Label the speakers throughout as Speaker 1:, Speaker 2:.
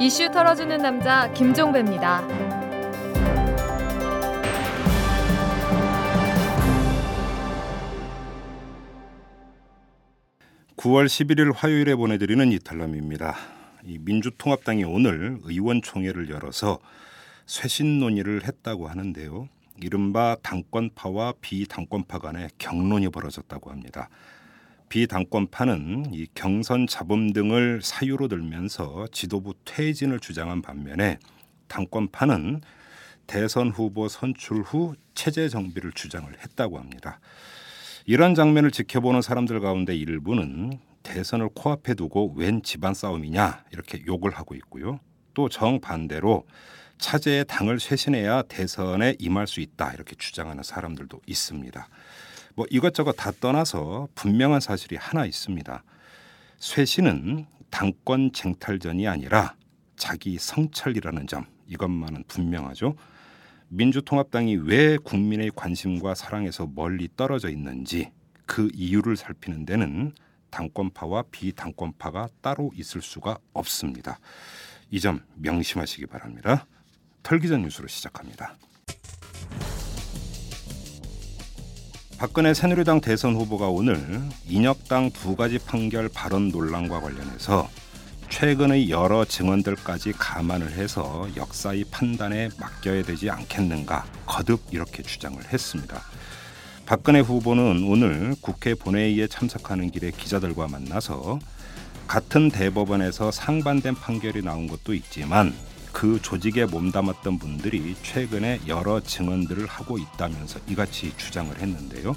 Speaker 1: 이슈 털어주는 남자 김종배입니다.
Speaker 2: 9월 11일 화요일에 보내드리는 이탈남입니다. 이 민주통합당이 오늘 의원총회를 열어서 쇄신 논의를 했다고 하는데요. 이른바 당권파와 비당권파 간의 경론이 벌어졌다고 합니다. 비당권파는 이 경선 잡음 등을 사유로 들면서 지도부 퇴진을 주장한 반면에 당권파는 대선 후보 선출 후 체제 정비를 주장을 했다고 합니다. 이런 장면을 지켜보는 사람들 가운데 일부는 대선을 코앞에 두고 웬 집안 싸움이냐 이렇게 욕을 하고 있고요. 또 정반대로 차제의 당을 쇄신해야 대선에 임할 수 있다 이렇게 주장하는 사람들도 있습니다. 뭐 이것저것 다 떠나서 분명한 사실이 하나 있습니다. 쇄신은 당권 쟁탈전이 아니라 자기 성찰이라는 점 이것만은 분명하죠. 민주통합당이 왜 국민의 관심과 사랑에서 멀리 떨어져 있는지 그 이유를 살피는 데는 당권파와 비당권파가 따로 있을 수가 없습니다. 이 점 명심하시기 바랍니다. 털기전 뉴스로 시작합니다. 박근혜 새누리당 대선 후보가 오늘 인혁당 두 가지 판결 발언 논란과 관련해서 최근의 여러 증언들까지 감안을 해서 역사의 판단에 맡겨야 되지 않겠는가 거듭 이렇게 주장을 했습니다. 박근혜 후보는 오늘 국회 본회의에 참석하는 길에 기자들과 만나서 같은 대법원에서 상반된 판결이 나온 것도 있지만 그 조직에 몸담았던 분들이 최근에 여러 증언들을 하고 있다면서 이같이 주장을 했는데요.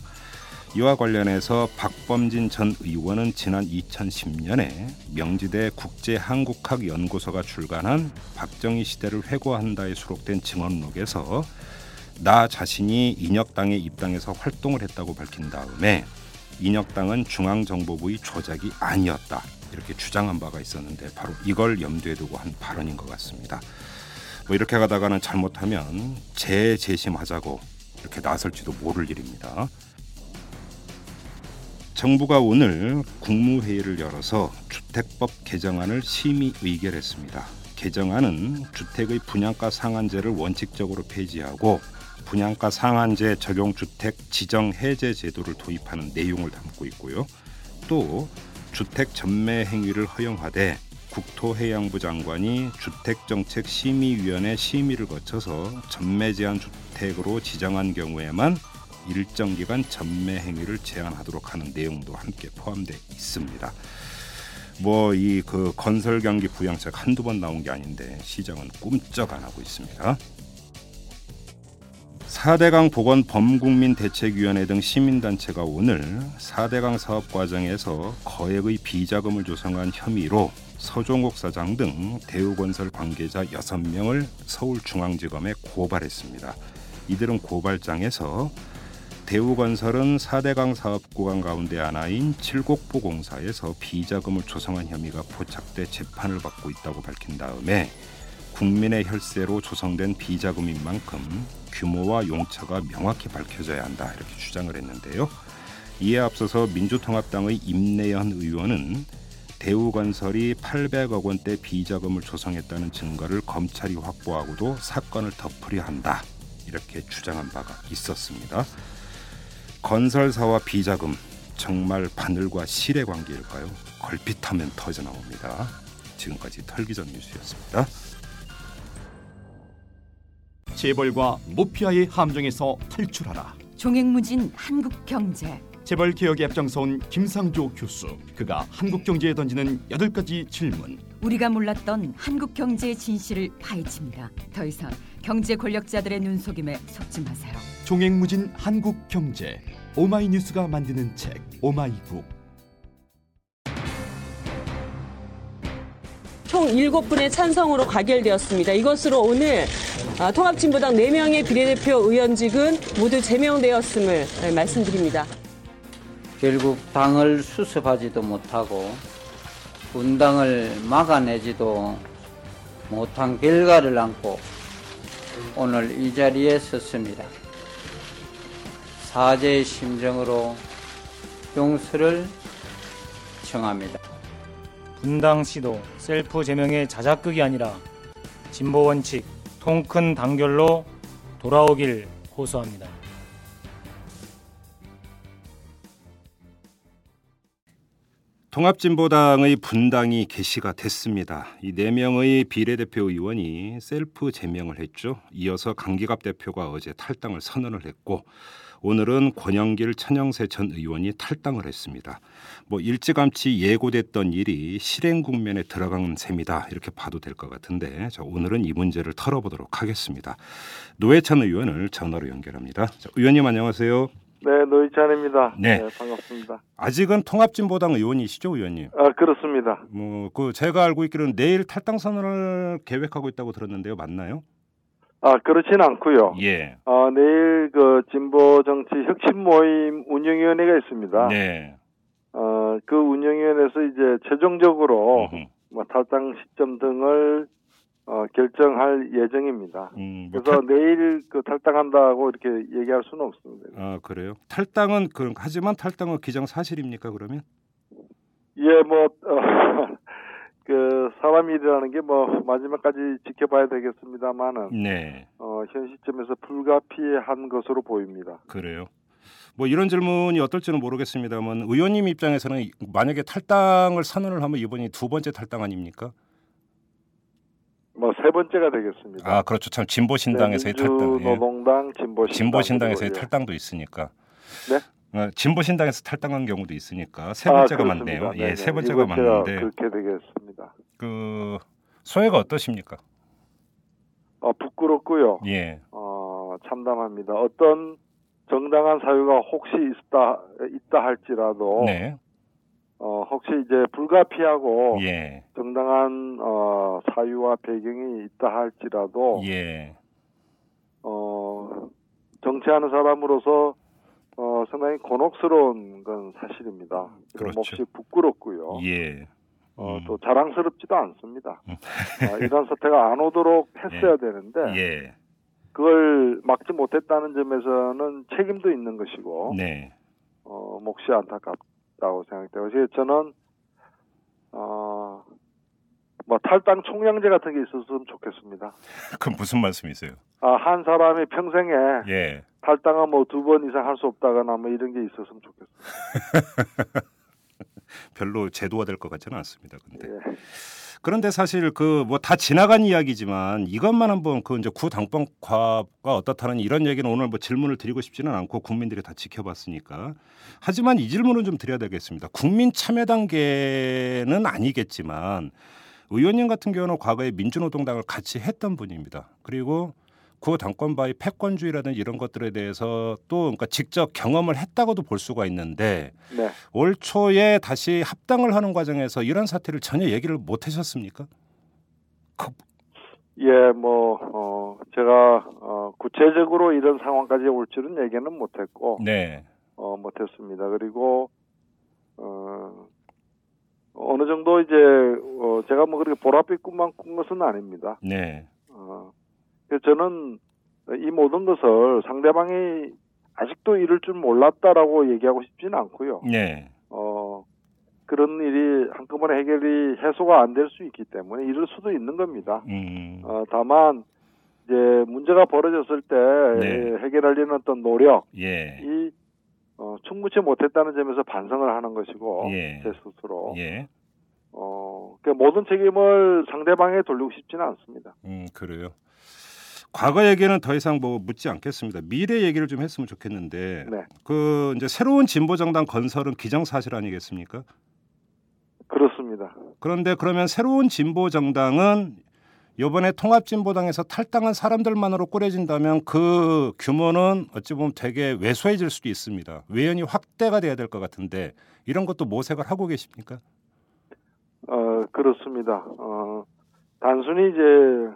Speaker 2: 이와 관련해서 박범진 전 의원은 지난 2010년에 명지대 국제한국학연구소가 출간한 박정희 시대를 회고한다에 수록된 증언록에서 나 자신이 인혁당에 입당해서 활동을 했다고 밝힌 다음에 인혁당은 중앙정보부의 조작이 아니었다 이렇게 주장한 바가 있었는데 바로 이걸 염두에 두고 한 발언인 것 같습니다. 뭐 이렇게 가다가는 잘못하면 재재심하자고 이렇게 나설지도 모를 일입니다. 정부가 오늘 국무회의를 열어서 주택법 개정안을 심의 의결했습니다. 개정안은 주택의 분양가 상한제를 원칙적으로 폐지하고 분양가 상한제 적용 주택 지정 해제 제도를 도입하는 내용을 담고 있고요. 또 주택 전매 행위를 허용하되 국토해양부 장관이 주택정책 심의위원회 심의를 거쳐서 전매 제한 주택으로 지정한 경우에만 일정 기간 전매 행위를 제한하도록 하는 내용도 함께 포함돼 있습니다. 뭐 이 그 건설 경기 부양책 한두 번 나온 게 아닌데 시장은 꿈쩍 안 하고 있습니다. 4대강 보건 범국민 대책위원회 등 시민단체가 오늘 4대강 사업 과정에서 거액의 비자금을 조성한 혐의로 서종국 사장 등 대우건설 관계자 6명을 서울중앙지검에 고발했습니다. 이들은 고발장에서 대우건설은 4대강 사업 구간 가운데 하나인 칠곡포 공사에서 비자금을 조성한 혐의가 포착돼 재판을 받고 있다고 밝힌 다음에 국민의 혈세로 조성된 비자금인 만큼 규모와 용처가 명확히 밝혀져야 한다 이렇게 주장을 했는데요. 이에 앞서서 민주통합당의 임내현 의원은 대우건설이 800억 원대 비자금을 조성했다는 증거를 검찰이 확보하고도 사건을 덮으려 한다 이렇게 주장한 바가 있었습니다. 건설사와 비자금 정말 바늘과 실의 관계일까요? 걸핏하면 터져 나옵니다. 지금까지 털기전 뉴스였습니다.
Speaker 3: 재벌과 모피아의 함정에서 탈출하라.
Speaker 4: 종횡무진 한국 경제.
Speaker 3: 재벌 개혁에 앞장서온 김상조 교수. 그가 한국 경제에 던지는 여덟 가지 질문.
Speaker 4: 우리가 몰랐던 한국 경제의 진실을 파헤칩니다. 더 이상 경제 권력자들의 눈속임에 속지 마세요.
Speaker 3: 종횡무진 한국 경제. 오마이뉴스가 만드는 책 오마이북.
Speaker 5: 총 7분의 찬성으로 가결되었습니다. 이것으로 오늘 아, 통합진보당 4명의 비례대표 의원직은 모두 제명되었음을 네, 말씀드립니다.
Speaker 6: 결국 당을 수습하지도 못하고 분당을 막아내지도 못한 결과를 안고 오늘 이 자리에 섰습니다. 사죄의 심정으로 용서를 청합니다.
Speaker 7: 분당 시도 셀프 제명의 자작극이 아니라 진보 원칙 통큰 단결로 돌아오길 호소합니다.
Speaker 2: 통합진보당의 분당이 개시가 됐습니다. 이 네 명의 비례대표 의원이 셀프 제명을 했죠. 이어서 강기갑 대표가 어제 탈당을 선언을 했고 오늘은 권영길 천영세 전 의원이 탈당을 했습니다. 뭐 일찌감치 예고됐던 일이 실행 국면에 들어간 셈이다 이렇게 봐도 될 것 같은데 자, 오늘은 이 문제를 털어보도록 하겠습니다. 노회찬 의원을 전화로 연결합니다. 자, 의원님 안녕하세요.
Speaker 8: 네, 노희찬입니다.
Speaker 2: 네.
Speaker 8: 반갑습니다.
Speaker 2: 아직은 통합진보당 의원이시죠, 의원님?
Speaker 8: 아, 그렇습니다.
Speaker 2: 뭐 그 제가 알고 있기로는 내일 탈당 선언을 계획하고 있다고 들었는데요, 맞나요?
Speaker 8: 아, 그렇진 않고요.
Speaker 2: 예.
Speaker 8: 아, 내일 그 진보 정치 혁신 모임 운영위원회가 있습니다.
Speaker 2: 네.
Speaker 8: 어, 그 운영위원회에서 이제 최종적으로
Speaker 2: 음흠.
Speaker 8: 뭐 탈당 시점 등을 어, 결정할 예정입니다.
Speaker 2: 음, 뭐
Speaker 8: 그래서
Speaker 2: 탈-
Speaker 8: 내일 그 탈당한다고 이렇게 얘기할 수는 없습니다.
Speaker 2: 아 그래요? 탈당은 그 하지만 탈당은 기장 사실입니까 그러면?
Speaker 8: 예, 뭐, 어, 그 사람 일이라는 게 뭐 마지막까지 지켜봐야 되겠습니다만은
Speaker 2: 네.
Speaker 8: 어, 현 시점에서 불가피한 것으로 보입니다.
Speaker 2: 그래요. 뭐 이런 질문이 어떨지는 모르겠습니다만 의원님 입장에서는 만약에 탈당을 선언을 하면 이번이 두 번째 탈당 아닙니까?
Speaker 8: 뭐 세 번째가 되겠습니다.
Speaker 2: 아 그렇죠. 참 진보 신당에서의 탈당. 예.
Speaker 8: 네, 노동당 진보 신당
Speaker 2: 진보 신당에서의
Speaker 8: 그리고, 예.
Speaker 2: 탈당도 있으니까.
Speaker 8: 네?
Speaker 2: 어, 진보 신당에서 탈당한 경우도 있으니까 세
Speaker 8: 아,
Speaker 2: 번째가
Speaker 8: 그렇습니다.
Speaker 2: 맞네요.
Speaker 8: 네네.
Speaker 2: 예, 세 번째가
Speaker 8: 이번 제가
Speaker 2: 맞는데
Speaker 8: 그렇게 되겠습니다.
Speaker 2: 그 소회가 어떠십니까?
Speaker 8: 아, 부끄럽고요.
Speaker 2: 예.
Speaker 8: 어, 참담합니다. 어떤 정당한 사유가 혹시 있다 있다 할지라도
Speaker 2: 네.
Speaker 8: 어, 혹시 이제 불가피하고
Speaker 2: 예.
Speaker 8: 정당한 어, 사유와 배경이 있다 할지라도
Speaker 2: 예.
Speaker 8: 어, 정치하는 사람으로서 어, 상당히 곤혹스러운 건 사실입니다.
Speaker 2: 그렇죠.
Speaker 8: 몹시 부끄럽고요.
Speaker 2: 예.
Speaker 8: 어,
Speaker 2: 음.
Speaker 8: 또 자랑스럽지도 않습니다.
Speaker 2: 음. 네.
Speaker 8: 아, 이런 사태가 안 오도록 했어야 되는데
Speaker 2: 예.
Speaker 8: 그걸 막지 못했다는 점에서는 책임도 있는 것이고
Speaker 2: 네.
Speaker 8: 어, 몹시 안타깝다고 생각돼요. 그래서 저는 어, 뭐 탈당 총량제 같은 게 있었으면 좋겠습니다.
Speaker 2: 그 무슨 말씀이세요?
Speaker 8: 아, 한 사람이 평생에
Speaker 2: 예.
Speaker 8: 탈당은 뭐 두 번 이상 할 수 없다거나 뭐 이런 게 있었으면 좋겠어요.
Speaker 2: 별로 제도화 될 것 같지는 않습니다. 근데
Speaker 8: 예.
Speaker 2: 그런데 사실 그 뭐 다 지나간 이야기지만 이것만 한번 그 이제 구당권과가 어떻다는 이런 얘기는 오늘 뭐 질문을 드리고 싶지는 않고 국민들이 다 지켜봤으니까 하지만 이 질문은 좀 드려야 되겠습니다. 국민 참여 단계는 아니겠지만 의원님 같은 경우는 과거에 민주노동당을 같이 했던 분입니다. 그리고 구 당권바의 패권주의라든지 이런 것들에 대해서 또 그러니까 직접 경험을 했다고도 볼 수가 있는데
Speaker 8: 네.
Speaker 2: 올 초에 다시 합당을 하는 과정에서 이런 사태를 전혀 얘기를 못 하셨습니까?
Speaker 8: 예, 뭐, 어, 제가, 어, 구체적으로 이런 상황까지 올 줄은 얘기는 못했고,
Speaker 2: 네.
Speaker 8: 어, 못했습니다. 그리고, 어, 어느 정도 이제, 어, 제가 뭐 그렇게 보랏빛 꿈만 꾼 것은 아닙니다.
Speaker 2: 네.
Speaker 8: 어, 그래서 저는 이 모든 것을 상대방이 아직도 이럴 줄 몰랐다라고 얘기하고 싶지는 않고요.
Speaker 2: 네.
Speaker 8: 어, 그런 일이 한꺼번에 해결이 해소가 안 될 수 있기 때문에 이럴 수도 있는 겁니다.
Speaker 2: 음.
Speaker 8: 어, 다만 이제 문제가 벌어졌을 때
Speaker 2: 네.
Speaker 8: 해결하려는 어떤 노력이
Speaker 2: 예.
Speaker 8: 어, 충분치 못했다는 점에서 반성을 하는 것이고
Speaker 2: 예.
Speaker 8: 제 스스로
Speaker 2: 예.
Speaker 8: 어, 그 모든 책임을 상대방에 돌리고 싶지는 않습니다.
Speaker 2: 음, 그래요. 과거 얘기는 더 이상 뭐 묻지 않겠습니다. 미래 얘기를 좀 했으면 좋겠는데
Speaker 8: 네.
Speaker 2: 그 이제 새로운 진보 정당 건설은 기정사실 아니겠습니까?
Speaker 8: 그렇습니다.
Speaker 2: 그런데 그러면 새로운 진보 정당은 이번에 통합진보당에서 탈당한 사람들만으로 꾸려진다면 그 규모는 어찌 보면 되게 왜소해질 수도 있습니다. 외연이 확대가 돼야 될 것 같은데 이런 것도 모색을 하고 계십니까?
Speaker 8: 어, 그렇습니다. 어, 단순히 이제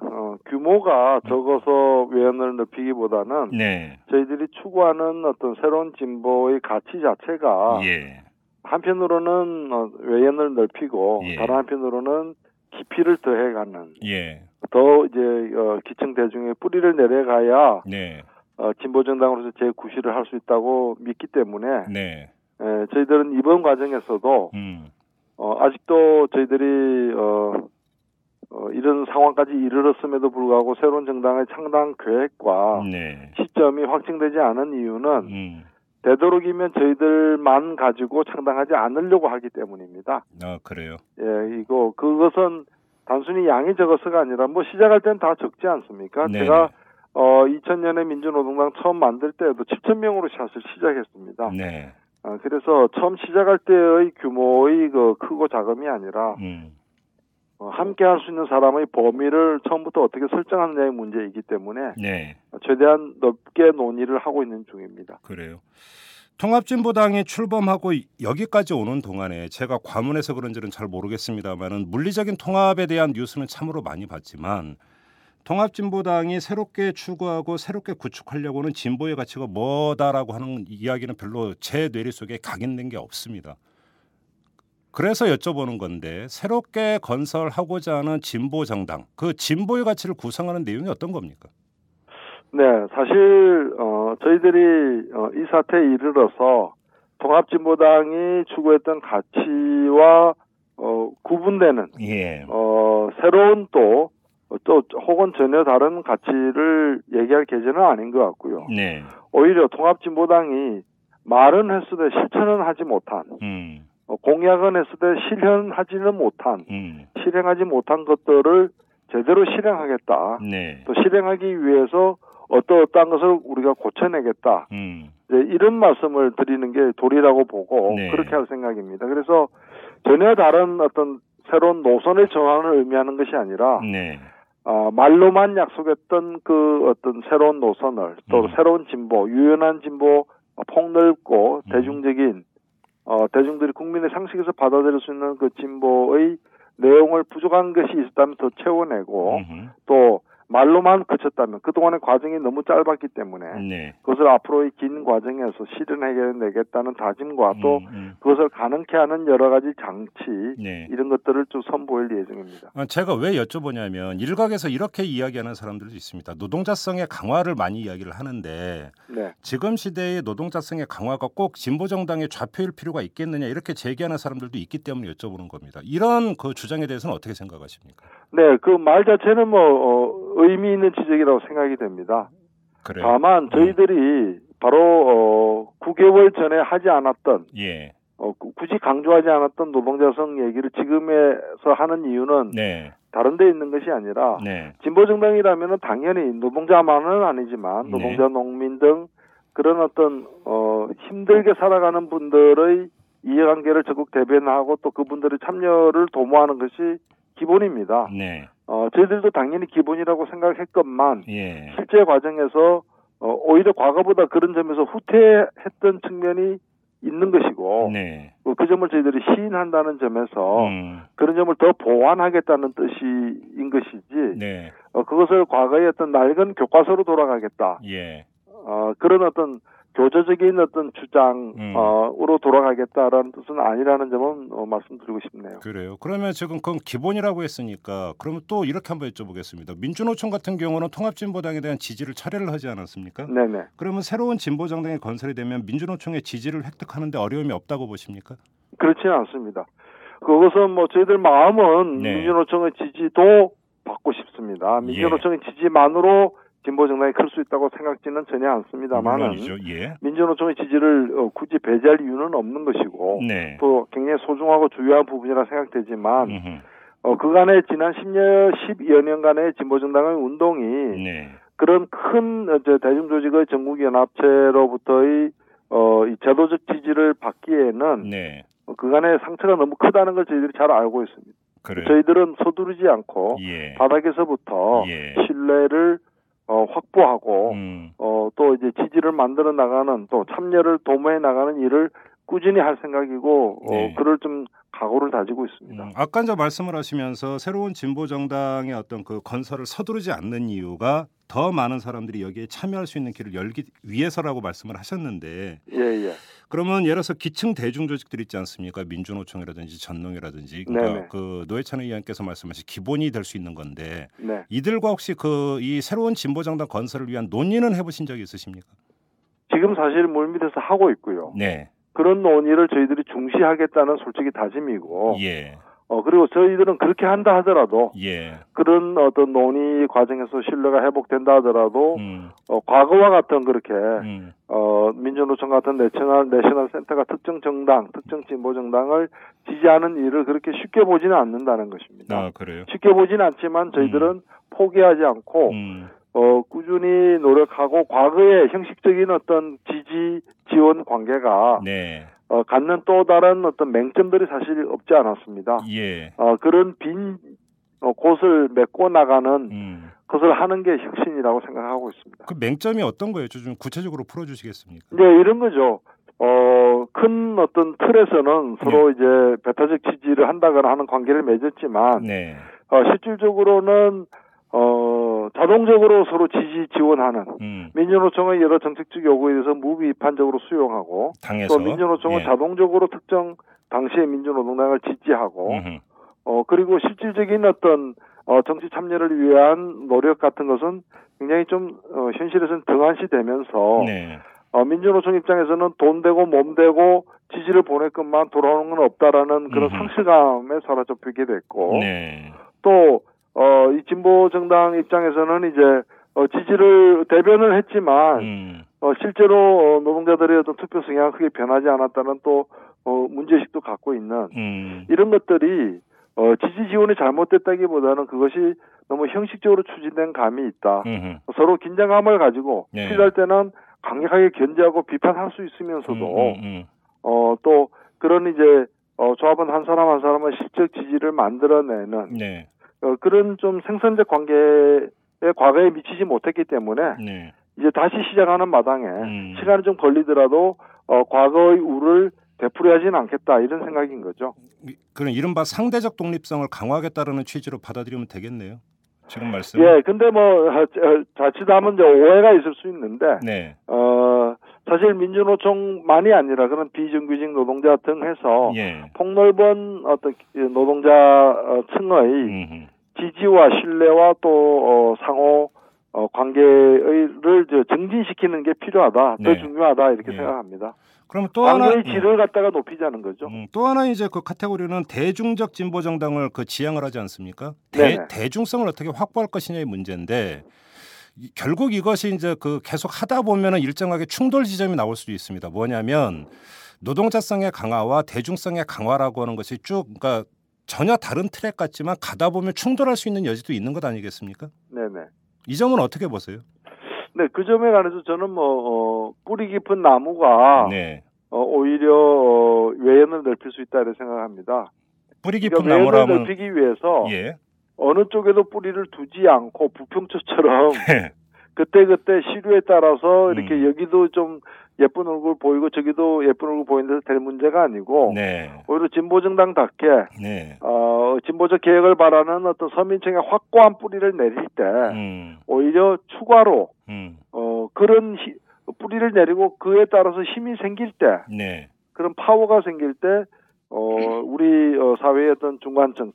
Speaker 8: 어, 규모가
Speaker 2: 음.
Speaker 8: 적어서 외연을 넓히기보다는
Speaker 2: 네.
Speaker 8: 저희들이 추구하는 어떤 새로운 진보의 가치 자체가
Speaker 2: 예.
Speaker 8: 한편으로는 어, 외연을 넓히고
Speaker 2: 예.
Speaker 8: 다른 한편으로는 깊이를 더해가는
Speaker 2: 예.
Speaker 8: 더 이제 어, 기층 대중의 뿌리를 내려가야
Speaker 2: 네.
Speaker 8: 어, 진보 정당으로서 제 구실을 할 수 있다고 믿기 때문에 예,
Speaker 2: 네.
Speaker 8: 에, 저희들은 이번 과정에서도
Speaker 2: 음.
Speaker 8: 어, 아직도 저희들이 어, 어, 이런 상황까지 이르렀음에도 불구하고 새로운 정당의 창당 계획과
Speaker 2: 네.
Speaker 8: 시점이 확정되지 않은 이유는
Speaker 2: 음.
Speaker 8: 되도록이면 저희들만 가지고 창당하지 않으려고 하기 때문입니다.
Speaker 2: 아 그래요.
Speaker 8: 예, 이거 그것은 단순히 양이 적어서가 아니라 뭐 시작할 땐 다 적지 않습니까?
Speaker 2: 네.
Speaker 8: 제가 어 2000년에 민주노동당 처음 만들 때에도 7천 명으로 샷을 시작했습니다.
Speaker 2: 네.
Speaker 8: 아, 그래서 처음 시작할 때의 규모의 그 크고 작음이 아니라
Speaker 2: 음.
Speaker 8: 어, 함께할 수 있는 사람의 범위를 처음부터 어떻게 설정하느냐의 문제이기 때문에
Speaker 2: 네.
Speaker 8: 최대한 넓게 논의를 하고 있는 중입니다.
Speaker 2: 그래요. 통합진보당이 출범하고 여기까지 오는 동안에 제가 과문해서 그런지는 잘 모르겠습니다만은 물리적인 통합에 대한 뉴스는 참으로 많이 봤지만 통합진보당이 새롭게 추구하고 새롭게 구축하려고는 진보의 가치가 뭐다라고 하는 이야기는 별로 제 뇌리 속에 각인된 게 없습니다. 그래서 여쭤보는 건데 새롭게 건설하고자 하는 진보 정당 그 진보의 가치를 구성하는 내용이 어떤 겁니까?
Speaker 8: 네, 사실 어, 저희들이 어, 이 사태에 이르러서 통합진보당이 추구했던 가치와 어, 구분되는
Speaker 2: 예.
Speaker 8: 어, 새로운 또, 어, 또 혹은 전혀 다른 가치를 얘기할 계제는 아닌 것 같고요.
Speaker 2: 네.
Speaker 8: 오히려 통합진보당이 말은 했으되 실천은 하지 못한,
Speaker 2: 음.
Speaker 8: 어, 공약은 했으되 실현하지는 못한,
Speaker 2: 음.
Speaker 8: 실행하지 못한 것들을 제대로 실행하겠다.
Speaker 2: 네.
Speaker 8: 또 실행하기 위해서 어떠어떠한 것을 우리가 고쳐내겠다.
Speaker 2: 음.
Speaker 8: 이제 이런 말씀을 드리는 게 도리라고 보고
Speaker 2: 네.
Speaker 8: 그렇게 할 생각입니다. 그래서 전혀 다른 어떤 새로운 노선의 전환을 의미하는 것이 아니라
Speaker 2: 네.
Speaker 8: 아, 말로만 약속했던 그 어떤 새로운 노선을 또
Speaker 2: 음.
Speaker 8: 새로운 진보, 유연한 진보, 어, 폭넓고
Speaker 2: 음.
Speaker 8: 대중적인 어, 대중들이 국민의 상식에서 받아들일 수 있는 그 진보의 내용을 부족한 것이 있었다면 더 채워내고
Speaker 2: 음흠.
Speaker 8: 또 말로만 그쳤다면 그동안의 과정이 너무 짧았기 때문에
Speaker 2: 네.
Speaker 8: 그것을 앞으로의 긴 과정에서 실현해내겠다는 다짐과 아, 또
Speaker 2: 음, 음.
Speaker 8: 그것을 가능케 하는 여러 가지 장치
Speaker 2: 네.
Speaker 8: 이런 것들을 좀 선보일 예정입니다.
Speaker 2: 아, 제가 왜 여쭤보냐면 일각에서 이렇게 이야기하는 사람들도 있습니다. 노동자성의 강화를 많이 이야기를 하는데
Speaker 8: 네.
Speaker 2: 지금 시대의 노동자성의 강화가 꼭 진보 정당의 좌표일 필요가 있겠느냐 이렇게 제기하는 사람들도 있기 때문에 여쭤보는 겁니다. 이런 그 주장에 대해서는 어떻게 생각하십니까?
Speaker 8: 네, 그 말 자체는 뭐 어, 의미 있는 지적이라고 생각이 됩니다.
Speaker 2: 그래요.
Speaker 8: 다만 저희들이 바로 어, 9개월 전에 하지 않았던
Speaker 2: 예.
Speaker 8: 어, 구- 굳이 강조하지 않았던 노동자성 얘기를 지금에서 하는 이유는
Speaker 2: 네.
Speaker 8: 다른 데 있는 것이 아니라
Speaker 2: 네.
Speaker 8: 진보 정당이라면은 당연히 노동자만은 아니지만
Speaker 2: 네.
Speaker 8: 노동자, 농민 등 그런 어떤 어 힘들게 살아가는 분들의 이해관계를 적극 대변하고 또 그분들의 참여를 도모하는 것이 기본입니다.
Speaker 2: 네.
Speaker 8: 어 저희들도 당연히 기본이라고 생각했건만
Speaker 2: 예.
Speaker 8: 실제 과정에서 어, 오히려 과거보다 그런 점에서 후퇴했던 측면이 있는 것이고
Speaker 2: 네.
Speaker 8: 어, 그 점을 저희들이 시인한다는 점에서
Speaker 2: 음.
Speaker 8: 그런 점을 더 보완하겠다는 뜻이인 것이지
Speaker 2: 네.
Speaker 8: 어, 그것을 과거의 어떤 낡은 교과서로 돌아가겠다.
Speaker 2: 예.
Speaker 8: 어, 그런 어떤 교조적인 어떤
Speaker 2: 음.
Speaker 8: 주장으로 돌아가겠다라는 뜻은 아니라는 점은 어, 말씀드리고 싶네요.
Speaker 2: 그래요. 그러면 지금 그럼 기본이라고 했으니까 그러면 또 이렇게 한번 여쭤보겠습니다. 민주노총 같은 경우는 통합진보당에 대한 지지를 철회를 하지 않았습니까?
Speaker 8: 네네.
Speaker 2: 그러면 새로운 진보 정당이 건설이 되면 민주노총의 지지를 획득하는데 어려움이 없다고 보십니까?
Speaker 8: 그렇지는 않습니다. 그것은 뭐 저희들 마음은
Speaker 2: 네. 예.
Speaker 8: 민주노총의 지지도 받고 싶습니다. 민주노총의 지지만으로 진보 정당이 클 수 있다고 생각지는 전혀 않습니다만은
Speaker 2: 물론이죠. 예.
Speaker 8: 민주노총의 지지를 어, 굳이 배제할 이유는 없는 것이고
Speaker 2: 네.
Speaker 8: 또 굉장히 소중하고 중요한 부분이라 생각되지만
Speaker 2: 음흠.
Speaker 8: 어, 그간의 지난 10년, 12여 년간의 진보정당의 운동이
Speaker 2: 네.
Speaker 8: 그런 큰 어, 저 대중조직의 전국연합체로부터의 어, 이 제도적 지지를 받기에는
Speaker 2: 네.
Speaker 8: 어, 그간의 상처가 너무 크다는 걸 저희들이 잘 알고 있습니다.
Speaker 2: 그래요.
Speaker 8: 저희들은 뭐 서두르지 않고
Speaker 2: 예.
Speaker 8: 바닥에서부터
Speaker 2: 예.
Speaker 8: 신뢰를 어, 확보하고
Speaker 2: 음.
Speaker 8: 어, 또 이제 지지를 만들어 나가는 또 참여를 도모해 나가는 일을 꾸준히 할 생각이고 어,
Speaker 2: 네.
Speaker 8: 그럴 좀 각오를 다지고 있습니다.
Speaker 2: 음, 아까 이제 말씀을 하시면서 새로운 진보 정당의 어떤 그 건설을 서두르지 않는 이유가 더 많은 사람들이 여기에 참여할 수 있는 길을 열기 위해서라고 말씀을 하셨는데
Speaker 8: 예, 예.
Speaker 2: 그러면 예를 들어서 기층 대중 조직들 있지 않습니까? 민주노총이라든지 전농이라든지 그러니까
Speaker 8: 네네.
Speaker 2: 그 노회찬 의원께서 말씀하신 기본이 될 수 있는 건데
Speaker 8: 네.
Speaker 2: 이들과 혹시 그 이 새로운 진보 정당 건설을 위한 논의는 해보신 적이 있으십니까?
Speaker 8: 지금 사실 물밑에서 하고 있고요.
Speaker 2: 네,
Speaker 8: 그런 논의를 저희들이 중시하겠다는 솔직히 다짐이고
Speaker 2: 예,
Speaker 8: 어 그리고 저희들은 그렇게 한다 하더라도
Speaker 2: 예,
Speaker 8: 그런 어떤 논의 과정에서 신뢰가 회복된다 하더라도
Speaker 2: 음,
Speaker 8: 어, 과거와 같은 그렇게
Speaker 2: 음,
Speaker 8: 어, 민주노총 같은 내셔널 내셔널 센터가 특정 정당, 특정 진보 정당을 지지하는 일을 그렇게 쉽게 보지는 않는다는 것입니다.
Speaker 2: 아 그래요.
Speaker 8: 쉽게 보지는 않지만 저희들은 포기하지 않고
Speaker 2: 음,
Speaker 8: 어, 꾸준히 노력하고 과거의 형식적인 어떤 지지 지원 관계가
Speaker 2: 네,
Speaker 8: 어, 갖는 또 다른 어떤 맹점들이 사실 없지 않았습니다.
Speaker 2: 예,
Speaker 8: 어, 그런 빈 어, 곳을 메꿔 나가는
Speaker 2: 음.
Speaker 8: 것을 하는 게 혁신이라고 생각하고 있습니다.
Speaker 2: 그 맹점이 어떤 거였죠? 좀 구체적으로 풀어주시겠습니까?
Speaker 8: 네, 이런 거죠. 어, 큰 어떤 틀에서는
Speaker 2: 예.
Speaker 8: 서로 이제 배타적 지지를 한다거나 하는 관계를 맺었지만,
Speaker 2: 네,
Speaker 8: 어, 실질적으로는, 어, 자동적으로 서로 지지 지원하는,
Speaker 2: 음,
Speaker 8: 민주노총의 여러 정책적 요구에 대해서 무비판적으로 수용하고,
Speaker 2: 당에서
Speaker 8: 또그 민주노총은
Speaker 2: 예.
Speaker 8: 자동적으로 특정 당시의 민주노동당을 지지하고,
Speaker 2: 음흠.
Speaker 8: 어, 그리고 실질적인 어떤, 어, 정치 참여를 위한 노력 같은 것은 굉장히 좀, 어, 현실에서는 등한시되면서,
Speaker 2: 네,
Speaker 8: 어, 민주노총 입장에서는 돈 되고 몸 되고 지지를 보낼 것만 돌아오는 건 없다라는 그런
Speaker 2: 음흠.
Speaker 8: 상실감에 사로잡히게 됐고
Speaker 2: 네,
Speaker 8: 또 어, 이 진보 정당 입장에서는 이제 어, 지지를 대변을 했지만
Speaker 2: 음,
Speaker 8: 어, 실제로 어, 노동자들의 어떤 투표 성향 크게 변하지 않았다는 또 어, 문제식도 갖고 있는
Speaker 2: 음,
Speaker 8: 이런 것들이 어, 지지 지원이 잘못됐다기보다는 그것이 너무 형식적으로 추진된 감이 있다.
Speaker 2: 음흠.
Speaker 8: 서로 긴장감을 가지고
Speaker 2: 네.
Speaker 8: 필요할 때는 강력하게 견제하고 비판할 수 있으면서도
Speaker 2: 음, 음,
Speaker 8: 어 또 그런 이제 어 조합은 한 사람 한 사람의 실적 지지를 만들어내는
Speaker 2: 음. 네,
Speaker 8: 어, 그런 좀 생선적 관계에 과거에 미치지 못했기 때문에
Speaker 2: 네,
Speaker 8: 이제 다시 시작하는 마당에
Speaker 2: 음.
Speaker 8: 시간이 좀 걸리더라도 어 과거의 우를 되풀이하지는 않겠다 이런 생각인 거죠.
Speaker 2: 이- 그런 이른바 상대적 독립성을 강화하겠다라는 취지로 받아들이면 되겠네요. 지금 말씀.
Speaker 8: 예, 근데 뭐 어, 저, 자칫하면 이제 오해가 있을 수 있는데
Speaker 2: 네,
Speaker 8: 어, 사실 민주노총만이 아니라 그런 비정규직 노동자 등 해서
Speaker 2: 예,
Speaker 8: 폭넓은 어떤 노동자 어, 층의
Speaker 2: 음,
Speaker 8: 지지와 신뢰와 또 어, 상호 어, 관계를 저 증진시키는 게 필요하다, 더
Speaker 2: 네.
Speaker 8: 중요하다 이렇게
Speaker 2: 예.
Speaker 8: 생각합니다.
Speaker 2: 그럼 또 하나
Speaker 8: 관계의
Speaker 2: 음.
Speaker 8: 질을 갖다가 높이자는 거죠.
Speaker 2: 음, 또 하나 이제 그 카테고리는 대중적 진보 정당을 그 지향을 하지 않습니까?
Speaker 8: 네네.
Speaker 2: 대, 중성을 어떻게 확보할 것이냐의 문제인데 이- 결국 이것이 이제 그 계속 하다 보면은 일정하게 충돌 지점이 나올 수도 있습니다. 뭐냐면 노동자성의 강화와 대중성의 강화라고 하는 것이 쭉 그러니까 전혀 다른 트랙 같지만 가다 보면 충돌할 수 있는 여지도 있는 것 아니겠습니까?
Speaker 8: 네네.
Speaker 2: 이 점은 어떻게 보세요?
Speaker 8: 네, 그 점에 관해서 저는 뭐 어, 뿌리 깊은 나무가
Speaker 2: 네.
Speaker 8: 어, 오히려 어, 외연을 넓힐 수 있다 이렇게 생각합니다.
Speaker 2: 뿌리
Speaker 8: 그러니까
Speaker 2: 깊은
Speaker 8: 외연을
Speaker 2: 나무라면
Speaker 8: 넓히기 위해서
Speaker 2: 예.
Speaker 8: 어느 쪽에도 뿌리를 두지 않고 부평초처럼
Speaker 2: 네.
Speaker 8: 그때그때 시류에 따라서 이렇게
Speaker 2: 음.
Speaker 8: 여기도 좀 예쁜 얼굴 보이고 저기도 예쁜 얼굴 보이는데 될 문제가 아니고
Speaker 2: 네.
Speaker 8: 오히려 진보정당답게
Speaker 2: 네.
Speaker 8: 어, 진보적 개혁을 바라는 어떤 서민층의 확고한 뿌리를 내릴 때
Speaker 2: 음.
Speaker 8: 오히려 추가로
Speaker 2: 음.
Speaker 8: 어, 그런 히- 뿌리를 내리고 그에 따라서 힘이 생길 때
Speaker 2: 네.
Speaker 8: 그런 파워가 생길 때 어,
Speaker 2: 음.
Speaker 8: 우리 어, 사회의 어떤 중간층,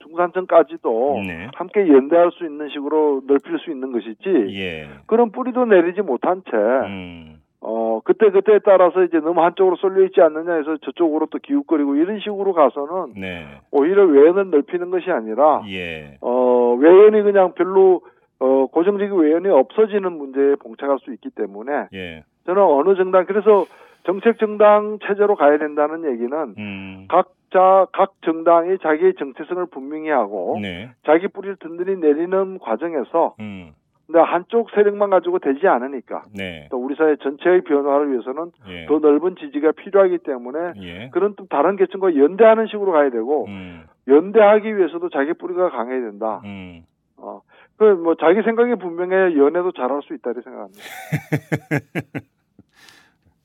Speaker 8: 중산층까지도
Speaker 2: 네.
Speaker 8: 함께 연대할 수 있는 식으로 넓힐 수 있는 것이지
Speaker 2: 예.
Speaker 8: 그런 뿌리도 내리지 못한 채
Speaker 2: 음,
Speaker 8: 어, 그때그때에 따라서 이제 너무 한쪽으로 쏠려 있지 않느냐 해서 저쪽으로 또 기웃거리고 이런 식으로 가서는
Speaker 2: 네.
Speaker 8: 오히려 외연을 넓히는 것이 아니라,
Speaker 2: 예.
Speaker 8: 어, 외연이 그냥 별로, 어, 고정적인 외연이 없어지는 문제에 봉착할 수 있기 때문에
Speaker 2: 예.
Speaker 8: 저는 어느 정당, 그래서 정책 정당 체제로 가야 된다는 얘기는
Speaker 2: 음.
Speaker 8: 각자, 각 정당이 자기의 정체성을 분명히 하고
Speaker 2: 네.
Speaker 8: 자기 뿌리를 든든히 내리는 과정에서
Speaker 2: 음.
Speaker 8: 근데 한쪽 세력만 가지고 되지 않으니까
Speaker 2: 네.
Speaker 8: 또 우리 사회 전체의 변화를 위해서는
Speaker 2: 예.
Speaker 8: 더 넓은 지지가 필요하기 때문에
Speaker 2: 예.
Speaker 8: 그런 또 다른 계층과 연대하는 식으로 가야 되고
Speaker 2: 음.
Speaker 8: 연대하기 위해서도 자기 뿌리가 강해야 된다.
Speaker 2: 음.
Speaker 8: 어. 그 뭐 자기 생각이 분명해 연애도 잘할 수 있다 이 생각합니다.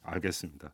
Speaker 2: 알겠습니다.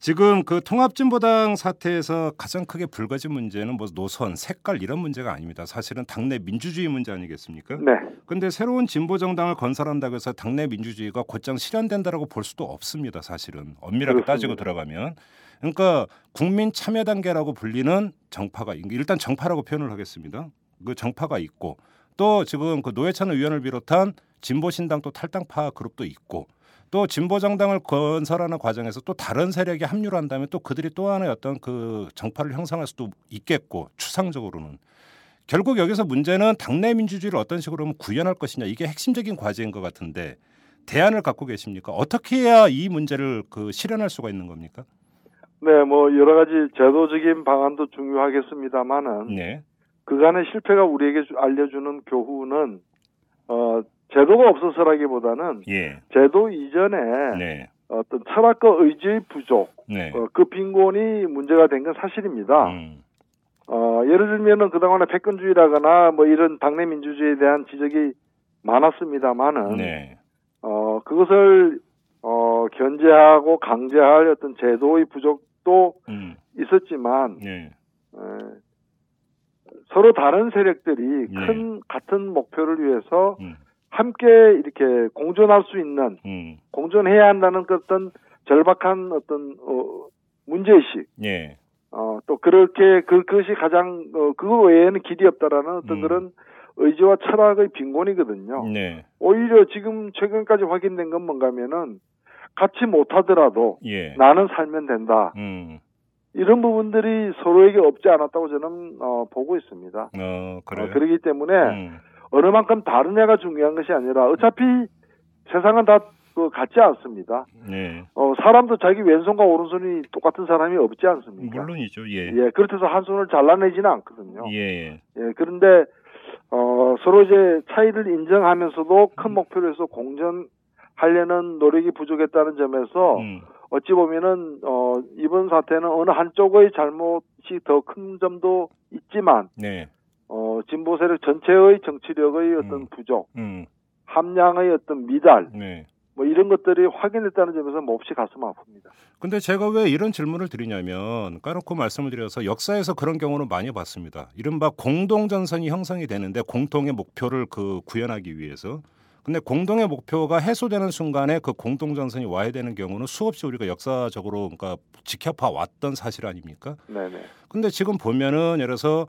Speaker 2: 지금 그 통합진보당 사태에서 가장 크게 불거진 문제는 뭐 노선, 색깔 이런 문제가 아닙니다. 사실은 당내 민주주의 문제 아니겠습니까?
Speaker 8: 네,
Speaker 2: 근데 새로운 진보 정당을 건설한다고 해서 당내 민주주의가 곧장 실현된다라고 볼 수도 없습니다. 사실은 엄밀하게
Speaker 8: 그렇습니다.
Speaker 2: 따지고 들어가면 그러니까 국민 참여 단계라고 불리는 정파가 일단 정파라고 표현을 하겠습니다. 그 정파가 있고 또 지금 그 노회찬 의원을 비롯한 진보 신당 또 탈당파 그룹도 있고 또 진보 정당을 건설하는 과정에서 또 다른 세력이 합류를 한다면 또 그들이 또 하나의 어떤 그 정파를 형성할 수도 있겠고 추상적으로는 결국 여기서 문제는 당내 민주주의를 어떤 식으로 하면 구현할 것이냐 이게 핵심적인 과제인 것 같은데 대안을 갖고 계십니까? 어떻게 해야 이 문제를 그 실현할 수가 있는 겁니까?
Speaker 8: 네, 뭐 여러 가지 제도적인 방안도 중요하겠습니다만은
Speaker 2: 네,
Speaker 8: 그간의 실패가 우리에게 주- 알려주는 교훈은 어 제도가 없어서라기보다는
Speaker 2: 예,
Speaker 8: 제도 이전에
Speaker 2: 네,
Speaker 8: 어떤 철학과 의지의 부족,
Speaker 2: 네,
Speaker 8: 어, 그 아. 빈곤이 문제가 된 건 사실입니다.
Speaker 2: 음,
Speaker 8: 어, 예를 들면은 그동안에 패권주의라거나 뭐 이런 당내 민주주의에 대한 지적이 많았습니다만은
Speaker 2: 네,
Speaker 8: 어, 그것을 어, 견제하고 강제할 어떤 제도의 부족도
Speaker 2: 음,
Speaker 8: 있었지만
Speaker 2: 네,
Speaker 8: 에, 예. 서로 다른 세력들이
Speaker 2: 네.
Speaker 8: 큰 같은 목표를 위해서
Speaker 2: 음,
Speaker 8: 함께 이렇게 공존할 수 있는
Speaker 2: 음,
Speaker 8: 공존해야 한다는 그 어떤 절박한 어떤 어, 문제의식
Speaker 2: 예,
Speaker 8: 어, 또 그렇게 그, 그것이 가장 어, 그거 외에는 길이 없다라는 어떤
Speaker 2: 음.
Speaker 8: 그런 의지와 철학의 빈곤이거든요.
Speaker 2: 네,
Speaker 8: 오히려 지금 최근까지 확인된 건 뭔가면은 같이 못하더라도
Speaker 2: 예,
Speaker 8: 나는 살면 된다
Speaker 2: 음,
Speaker 8: 이런 부분들이 서로에게 없지 않았다고 저는 어, 보고 있습니다.
Speaker 2: 어,
Speaker 8: 어,
Speaker 2: 그래요.
Speaker 8: 그렇기 때문에
Speaker 2: 음,
Speaker 8: 어느 만큼 다른 애가 중요한 것이 아니라 어차피 세상은 다 그, 같지 않습니다.
Speaker 2: 네,
Speaker 8: 어, 사람도 자기 왼손과 오른손이 똑같은 사람이 없지 않습니까?
Speaker 2: 물론이죠. 예,
Speaker 8: 예, 그렇다고 해서 한 손을 잘라내지는 않거든요.
Speaker 2: 예, 예,
Speaker 8: 예, 그런데 어, 서로 이제 차이를 인정하면서도
Speaker 2: 음.
Speaker 8: 큰 목표로 해서 공존하려는 노력이 부족했다는 점에서
Speaker 2: 음,
Speaker 8: 어찌 보면은 어, 이번 사태는 어느 한쪽의 잘못이 더 큰 점도 있지만
Speaker 2: 네,
Speaker 8: 어, 진보 세력 전체의 정치력의
Speaker 2: 음.
Speaker 8: 어떤 부족,
Speaker 2: 음,
Speaker 8: 함량의 어떤 미달,
Speaker 2: 네.
Speaker 8: 뭐 이런 것들이 확인됐다는 점에서 몹시 가슴 아픕니다.
Speaker 2: 근데 제가 왜 이런 질문을 드리냐면 까놓고 말씀을 드려서 역사에서 그런 경우는 많이 봤습니다. 이른바 공동 전선이 형성이 되는데 공통의 목표를 그 구현하기 위해서 근데 공동의 목표가 해소되는 순간에 그 공동 전선이 와야 되는 경우는 수없이 우리가 역사적으로 그러니까 지켜봐 왔던 사실 아닙니까?
Speaker 8: 네네.
Speaker 2: 근데 지금 보면은 예를 들어서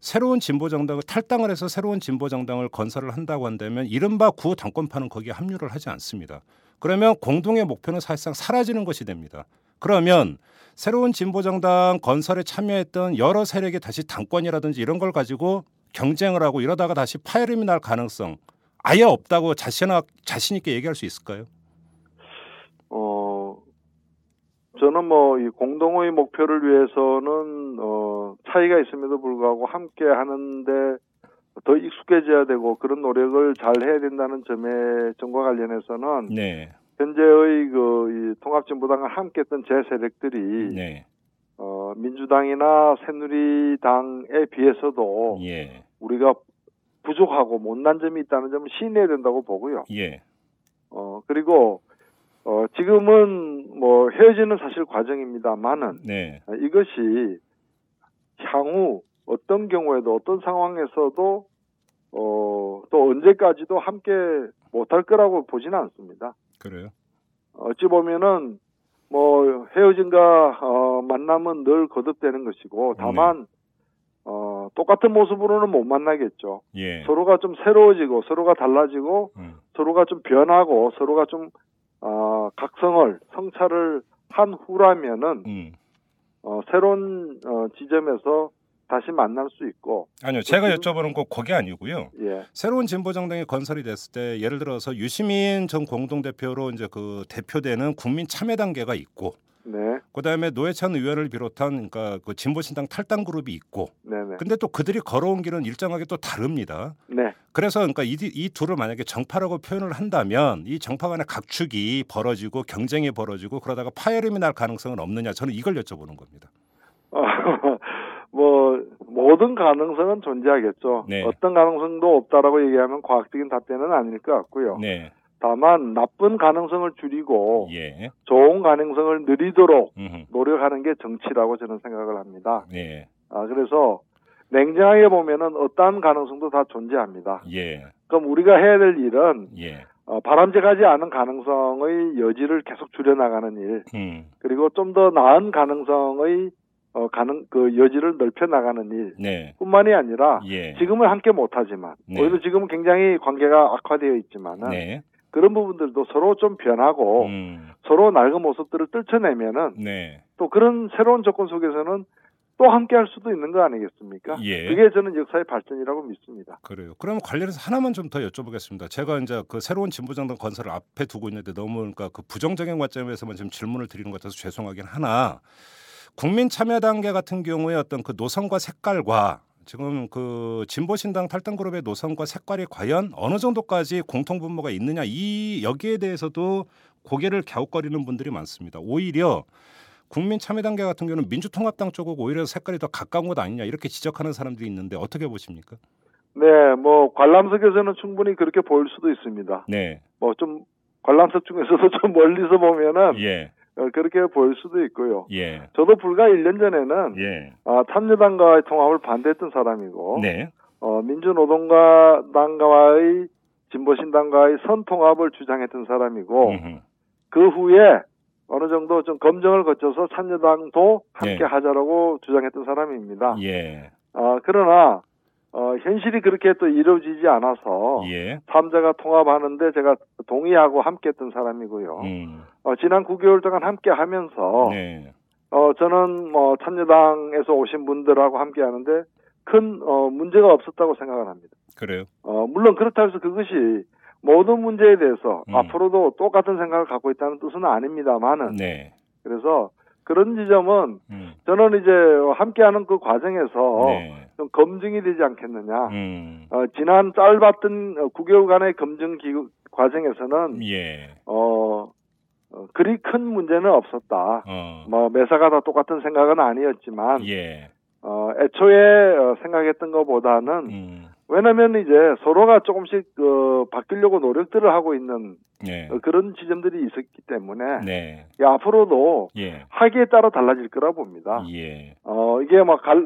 Speaker 2: 새로운 진보 정당을 탈당을 해서 새로운 진보 정당을 건설을 한다고 한다면 이른바 구 당권파는 거기에 합류를 하지 않습니다. 그러면 공동의 목표는 사실상 사라지는 것이 됩니다. 그러면 새로운 진보 정당 건설에 참여했던 여러 세력이 다시 당권이라든지 이런 걸 가지고 경쟁을 하고 이러다가 다시 파열음이 날 가능성 아예 없다고 자신하, 자신 있게 얘기할 수 있을까요?
Speaker 8: 어, 저는 뭐, 이 공동의 목표를 위해서는, 어, 차이가 있음에도 불구하고 함께 하는데 더 익숙해져야 되고 그런 노력을 잘 해야 된다는 점에, 점과 관련해서는
Speaker 2: 네,
Speaker 8: 현재의 그, 이 통합진보당과 함께 했던 제 세력들이,
Speaker 2: 네,
Speaker 8: 어, 민주당이나 새누리당에 비해서도
Speaker 2: 예,
Speaker 8: 우리가 부족하고 못난 점이 있다는 점을 시인해야 된다고 보고요.
Speaker 2: 예,
Speaker 8: 어, 그리고, 어, 지금은 뭐 헤어지는 사실 과정입니다만은
Speaker 2: 네,
Speaker 8: 어, 이것이 향후 어떤 경우에도 어떤 상황에서도 어, 또 언제까지도 함께 못할 거라고 보지는 않습니다.
Speaker 2: 그래요.
Speaker 8: 어찌 보면은 뭐 헤어진과 어, 만남은 늘 거듭되는 것이고 다만 어, 똑같은 모습으로는 못 만나겠죠.
Speaker 2: 예,
Speaker 8: 서로가 좀 새로워지고 서로가 달라지고
Speaker 2: 음,
Speaker 8: 서로가 좀 변하고 서로가 좀 어, 각성을 성찰을 한 후라면은
Speaker 2: 음.
Speaker 8: 어, 새로운 어, 지점에서 다시 만날 수 있고
Speaker 2: 아니요, 제가
Speaker 8: 지금-
Speaker 2: 여쭤보는 거 그게 아니고요.
Speaker 8: 예
Speaker 2: 새로운 진보 정당이 건설이 됐을 때 예를 들어서 유시민 전 공동 대표로 이제 그 대표되는 국민 참여 단계가 있고
Speaker 8: 네,
Speaker 2: 그다음에 노회찬 의원을 비롯한 그러니까 그 진보 신당 탈당 그룹이 있고
Speaker 8: 네네
Speaker 2: 근데 또 그들이 걸어온 길은 일정하게 또 다릅니다.
Speaker 8: 네
Speaker 2: 그래서 그러니까 이, 이 둘을 만약에 정파라고 표현을 한다면 이 정파 간의 각축이 벌어지고 경쟁이 벌어지고 그러다가 파열음이 날 가능성은 없느냐 저는 이걸 여쭤보는 겁니다.
Speaker 8: 어, 뭐 모든 가능성은 존재하겠죠
Speaker 2: 네.
Speaker 8: 어떤 가능성도 없다라고 얘기하면 과학적인 답변은 아닐 것 같고요
Speaker 2: 네,
Speaker 8: 다만 나쁜 가능성을 줄이고
Speaker 2: 예,
Speaker 8: 좋은 가능성을 늘리도록
Speaker 2: 음,
Speaker 8: 노력하는 게 정치라고 저는 생각을 합니다
Speaker 2: 예,
Speaker 8: 아, 그래서 냉정하게 보면은 어떠한 가능성도 다 존재합니다.
Speaker 2: 예,
Speaker 8: 그럼 우리가 해야 될 일은
Speaker 2: 예,
Speaker 8: 어, 바람직하지 않은 가능성의 여지를 계속 줄여나가는 일,
Speaker 2: 음,
Speaker 8: 그리고 좀 더 나은 가능성의 어, 가능 그 여지를 넓혀 나가는
Speaker 2: 네,
Speaker 8: 일뿐만이 아니라
Speaker 2: 예,
Speaker 8: 지금은 함께 못하지만
Speaker 2: 네.
Speaker 8: 오히려 지금은 굉장히 관계가 악화되어 있지만은
Speaker 2: 네,
Speaker 8: 그런 부분들도 서로 좀 변하고
Speaker 2: 음,
Speaker 8: 서로 낡은 모습들을 떨쳐내면은
Speaker 2: 네.
Speaker 8: 또 그런 새로운 조건 속에서는 또 함께 할 수도 있는 거 아니겠습니까?
Speaker 2: 예.
Speaker 8: 그게 저는 역사의 발전이라고 믿습니다.
Speaker 2: 그래요. 그럼 관련해서 하나만 좀 더 여쭤보겠습니다. 제가 이제 그 새로운 진보정당 건설을 앞에 두고 있는데 너무 그러니까 그 부정적인 관점에서만 지금 질문을 드리는 것 같아서 죄송하긴 하나 국민 참여 단계 같은 경우에 어떤 그 노선과 색깔과 지금 그 진보신당 탈당 그룹의 노선과 색깔이 과연 어느 정도까지 공통 분모가 있느냐 이 여기에 대해서도 고개를 갸웃거리는 분들이 많습니다. 오히려 국민 참여 단계 같은 경우는 민주통합당 쪽하고 오히려 색깔이 더 가까운 것 아니냐 이렇게 지적하는 사람들이 있는데 어떻게 보십니까?
Speaker 8: 네, 뭐 관람석에서는 충분히 그렇게 보일 수도 있습니다.
Speaker 2: 네.
Speaker 8: 뭐 좀 관람석 중에서도 좀 멀리서 보면은
Speaker 2: 예,
Speaker 8: 어, 그렇게 보일 수도 있고요.
Speaker 2: 예,
Speaker 8: 저도 불과 1년 전에는
Speaker 2: 예,
Speaker 8: 아, 참여당과의 통합을 반대했던 사람이고
Speaker 2: 네,
Speaker 8: 어, 민주노동당과의 진보신당과의 선통합을 주장했던 사람이고
Speaker 2: 음흠.
Speaker 8: 그 후에 어느 정도 좀 검증을 거쳐서 참여당도 함께
Speaker 2: 예.
Speaker 8: 하자라고 주장했던 사람입니다.
Speaker 2: 예,
Speaker 8: 아, 그러나 어, 현실이 그렇게 또 이루어지지 않아서
Speaker 2: 예,
Speaker 8: 삼자가 통합하는데 제가 동의하고 함께했던 사람이고요.
Speaker 2: 음,
Speaker 8: 어, 지난 9개월 동안 함께하면서
Speaker 2: 네,
Speaker 8: 어, 저는 뭐 참여당에서 오신 분들하고 함께하는데 큰 어, 문제가 없었다고 생각을 합니다.
Speaker 2: 그래요.
Speaker 8: 어, 물론 그렇다 해서 그것이 모든 문제에 대해서
Speaker 2: 음.
Speaker 8: 앞으로도 똑같은 생각을 갖고 있다는 뜻은 아닙니다만은
Speaker 2: 네,
Speaker 8: 그래서 그런 지점은
Speaker 2: 음,
Speaker 8: 저는 이제 함께하는 그 과정에서
Speaker 2: 네,
Speaker 8: 좀 검증이 되지 않겠느냐.
Speaker 2: 음,
Speaker 8: 어, 지난 짧았던 어, 9개월간의 검증 기구, 과정에서는
Speaker 2: 예,
Speaker 8: 어, 어, 그리 큰 문제는 없었다.
Speaker 2: 어,
Speaker 8: 뭐 매사가 다 똑같은 생각은 아니었지만
Speaker 2: 예,
Speaker 8: 어, 애초에 어, 생각했던 것보다는
Speaker 2: 음,
Speaker 8: 왜냐면 이제 서로가 조금씩 어, 바뀌려고 노력들을 하고 있는
Speaker 2: 네,
Speaker 8: 어, 그런 지점들이 있었기 때문에
Speaker 2: 네,
Speaker 8: 이 앞으로도
Speaker 2: 예,
Speaker 8: 하기에 따라 달라질 거라 봅니다.
Speaker 2: 예,
Speaker 8: 어, 이게 막갈이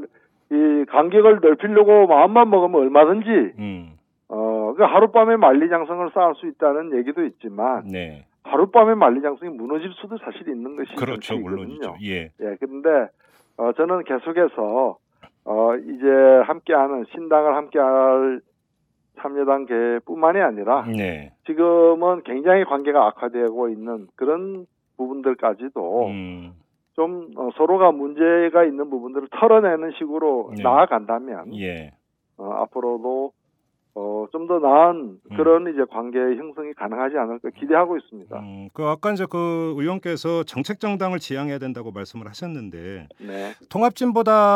Speaker 8: 간격을 넓히려고 마음만 먹으면 얼마든지
Speaker 2: 음,
Speaker 8: 어, 그 하룻밤에 만리장성을 쌓을 수 있다는 얘기도 있지만
Speaker 2: 네,
Speaker 8: 하룻밤에 만리장성이 무너질 수도 사실 있는 것이
Speaker 2: 그렇죠, 물론이죠.
Speaker 8: 정치이거든요.
Speaker 2: 예,
Speaker 8: 예, 근데 어, 저는 계속해서 어, 이제 함께하는 신당을 함께할 참여단계뿐만이 아니라
Speaker 2: 네,
Speaker 8: 지금은 굉장히 관계가 악화되고 있는 그런 부분들까지도
Speaker 2: 음,
Speaker 8: 좀 어, 서로가 문제가 있는 부분들을 털어내는 식으로
Speaker 2: 네.
Speaker 8: 나아간다면
Speaker 2: 예,
Speaker 8: 어, 앞으로도 어, 좀 더 나은
Speaker 2: 음.
Speaker 8: 그런 이제 관계 형성이 가능하지 않을까 기대하고 있습니다.
Speaker 2: 음, 그 아까 이제 그 의원께서 정책 정당을 지향해야 된다고 말씀을 하셨는데
Speaker 8: 네.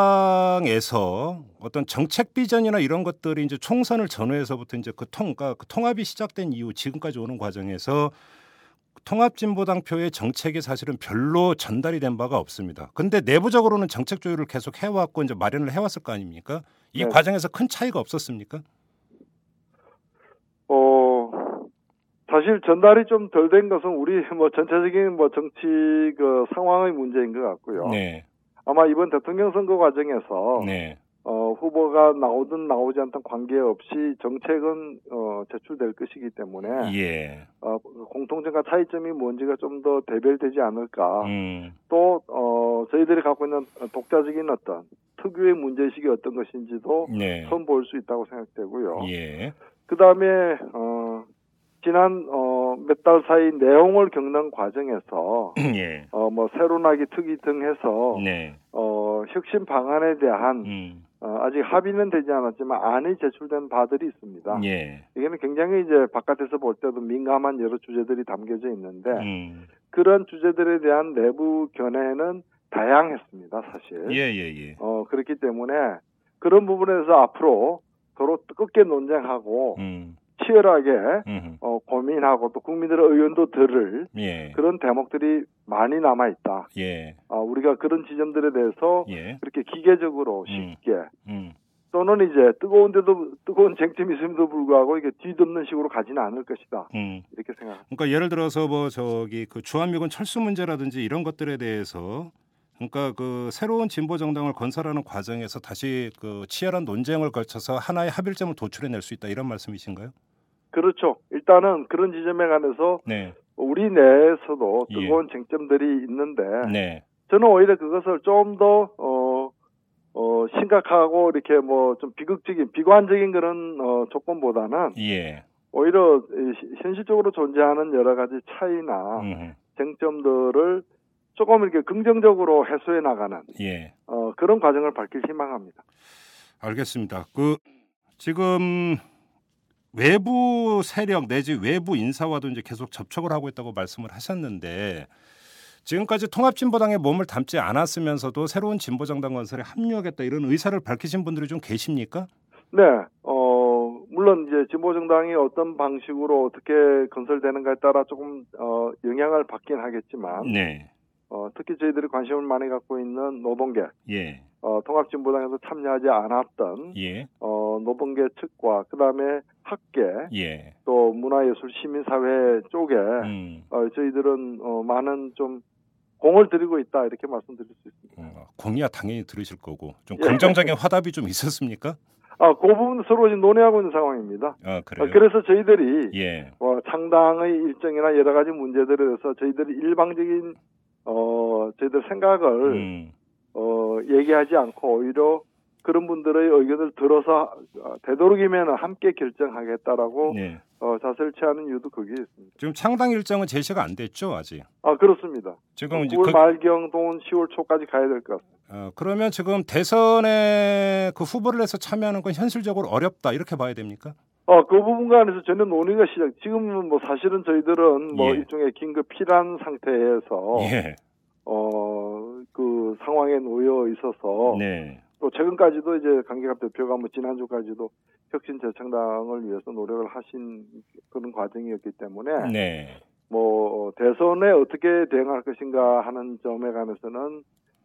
Speaker 2: 통합진보당에서 어떤 정책 비전이나 이런 것들이 이제 총선을 전후해서부터 이제 그 통, 그러니까 그 통합이 시작된 이후 지금까지 오는 과정에서 통합진보당 표의 정책이 사실은 별로 전달이 된 바가 없습니다. 근데 내부적으로는 정책 조율을 계속 해왔고 이제 마련을 해왔을 거 아닙니까? 이
Speaker 8: 네.
Speaker 2: 과정에서 큰 차이가 없었습니까?
Speaker 8: 어, 사실 전달이 좀 덜 된 것은 우리 뭐 전체적인 뭐 정치 그 상황의 문제인 것 같고요.
Speaker 2: 네,
Speaker 8: 아마 이번 대통령 선거 과정에서
Speaker 2: 네,
Speaker 8: 어. 어, 후보가 나오든 나오지 않든 관계없이 정책은 어, 제출될 것이기 때문에
Speaker 2: 예,
Speaker 8: 어, 공통점과 차이점이 뭔지가 좀 더 대별되지 않을까.
Speaker 2: 음,
Speaker 8: 또 어, 저희들이 갖고 있는 독자적인 어떤 특유의 문제의식이 어떤 것인지도
Speaker 2: 네,
Speaker 8: 처음 볼 수 있다고 생각되고요.
Speaker 2: 예,
Speaker 8: 그 다음에 어, 지난 어, 몇 달 사이 내용을 겪는 과정에서
Speaker 2: 예,
Speaker 8: 어, 뭐 새로나기 특위 등 해서
Speaker 2: 네,
Speaker 8: 어, 혁신 방안에 대한
Speaker 2: 음,
Speaker 8: 어, 아직 합의는 되지 않았지만 안이 제출된 바들이 있습니다.
Speaker 2: 예,
Speaker 8: 이게는 굉장히 이제 바깥에서 볼 때도 민감한 여러 주제들이 담겨져 있는데
Speaker 2: 음,
Speaker 8: 그런 주제들에 대한 내부 견해는 다양했습니다, 사실.
Speaker 2: 예, 예, 예,
Speaker 8: 어, 그렇기 때문에 그런 부분에서 앞으로 서로 뜨겁게 논쟁하고
Speaker 2: 음,
Speaker 8: 치열하게
Speaker 2: 음,
Speaker 8: 어, 고민하고 또 국민들의 의견도 들을
Speaker 2: 예,
Speaker 8: 그런 대목들이 많이 남아있다.
Speaker 2: 예.
Speaker 8: 아, 우리가 그런 지점들에 대해서
Speaker 2: 예.
Speaker 8: 그렇게 기계적으로
Speaker 2: 음.
Speaker 8: 쉽게
Speaker 2: 음.
Speaker 8: 또는 이제 뜨거운데도 뜨거운 쟁점이 있음에도 불구하고 이게 뒤덮는 식으로 가지는 않을 것이다.
Speaker 2: 음.
Speaker 8: 이렇게 생각합니다.
Speaker 2: 그러니까 예를 들어서 뭐 저기 그 주한미군 철수 문제라든지 이런 것들에 대해서 그러니까 그 새로운 진보 정당을 건설하는 과정에서 다시 그 치열한 논쟁을 걸쳐서 하나의 합일점을 도출해낼 수 있다 이런 말씀이신가요?
Speaker 8: 그렇죠. 일단은 그런 지점에 관해서
Speaker 2: 네,
Speaker 8: 우리 내에서도
Speaker 2: 예.
Speaker 8: 뜨거운 쟁점들이 있는데
Speaker 2: 네,
Speaker 8: 저는 오히려 그것을 좀 더 어, 어, 심각하고 이렇게 뭐 좀 비극적인 비관적인 그런 어, 조건보다는
Speaker 2: 예,
Speaker 8: 오히려 이 시- 현실적으로 존재하는 여러 가지 차이나
Speaker 2: 음,
Speaker 8: 쟁점들을 조금 이렇게 긍정적으로 해소해 나가는
Speaker 2: 예.
Speaker 8: 어, 그런 과정을 밝길 희망합니다.
Speaker 2: 알겠습니다. 그 지금 외부 세력 내지 외부 인사와도 이제 계속 접촉을 하고 있다고 말씀을 하셨는데 지금까지 통합진보당에 몸을 담지 않았으면서도 새로운 진보정당 건설에 합류하겠다 이런 의사를 밝히신 분들이 좀 계십니까?
Speaker 8: 네, 어, 물론 이제 진보정당이 어떤 방식으로 어떻게 건설되는가에 따라 조금 어, 영향을 받긴 하겠지만
Speaker 2: 네.
Speaker 8: 어, 특히 저희들이 관심을 많이 갖고 있는 노동계,
Speaker 2: 예.
Speaker 8: 어, 통합진보당에서 참여하지 않았던
Speaker 2: 예.
Speaker 8: 어, 노동계 측과 그다음에 학계
Speaker 2: 예.
Speaker 8: 또 문화예술 시민사회 쪽에
Speaker 2: 음.
Speaker 8: 어, 저희들은 어, 많은 좀 공을 들이고 있다 이렇게 말씀드릴 수 있습니다.
Speaker 2: 어, 공이야 당연히 들으실 거고 좀
Speaker 8: 예.
Speaker 2: 긍정적인 화답이 좀 있었습니까?
Speaker 8: 아, 그 부분 서로 지금 논의하고 있는 상황입니다.
Speaker 2: 아
Speaker 8: 어,
Speaker 2: 그래요.
Speaker 8: 그래서 저희들이
Speaker 2: 예.
Speaker 8: 어, 창당의 일정이나 여러 가지 문제들에 대해서 저희들이 일방적인 어, 저희들 생각을
Speaker 2: 음.
Speaker 8: 어, 얘기하지 않고 오히려 그런 분들의 의견을 들어서 어, 되도록이면 함께 결정하겠다라고
Speaker 2: 예.
Speaker 8: 어, 자세를 취하는 이유도 거기에 있습니다.
Speaker 2: 지금 창당 일정은 제시가 안 됐죠 아직.
Speaker 8: 아 그렇습니다.
Speaker 2: 지금 이제
Speaker 8: 9월
Speaker 2: 그-
Speaker 8: 말경 동은 10월 초까지 가야 될 것 같습니다.
Speaker 2: 어, 그러면 지금 대선에 그 후보를 해서 참여하는 건 현실적으로 어렵다 이렇게 봐야 됩니까?
Speaker 8: 어, 그 부분 간에서 전혀 논의가 시작. 지금은 뭐 사실은 저희들은 뭐
Speaker 2: 예.
Speaker 8: 일종의 긴급 피란 상태에서
Speaker 2: 예.
Speaker 8: 어, 그 상황에 놓여 있어서
Speaker 2: 네.
Speaker 8: 또 최근까지도 이제 강기갑 대표가 뭐 지난주까지도 혁신 재창당을 위해서 노력을 하신 그런 과정이었기 때문에
Speaker 2: 네.
Speaker 8: 뭐 대선에 어떻게 대응할 것인가 하는 점에 관해서는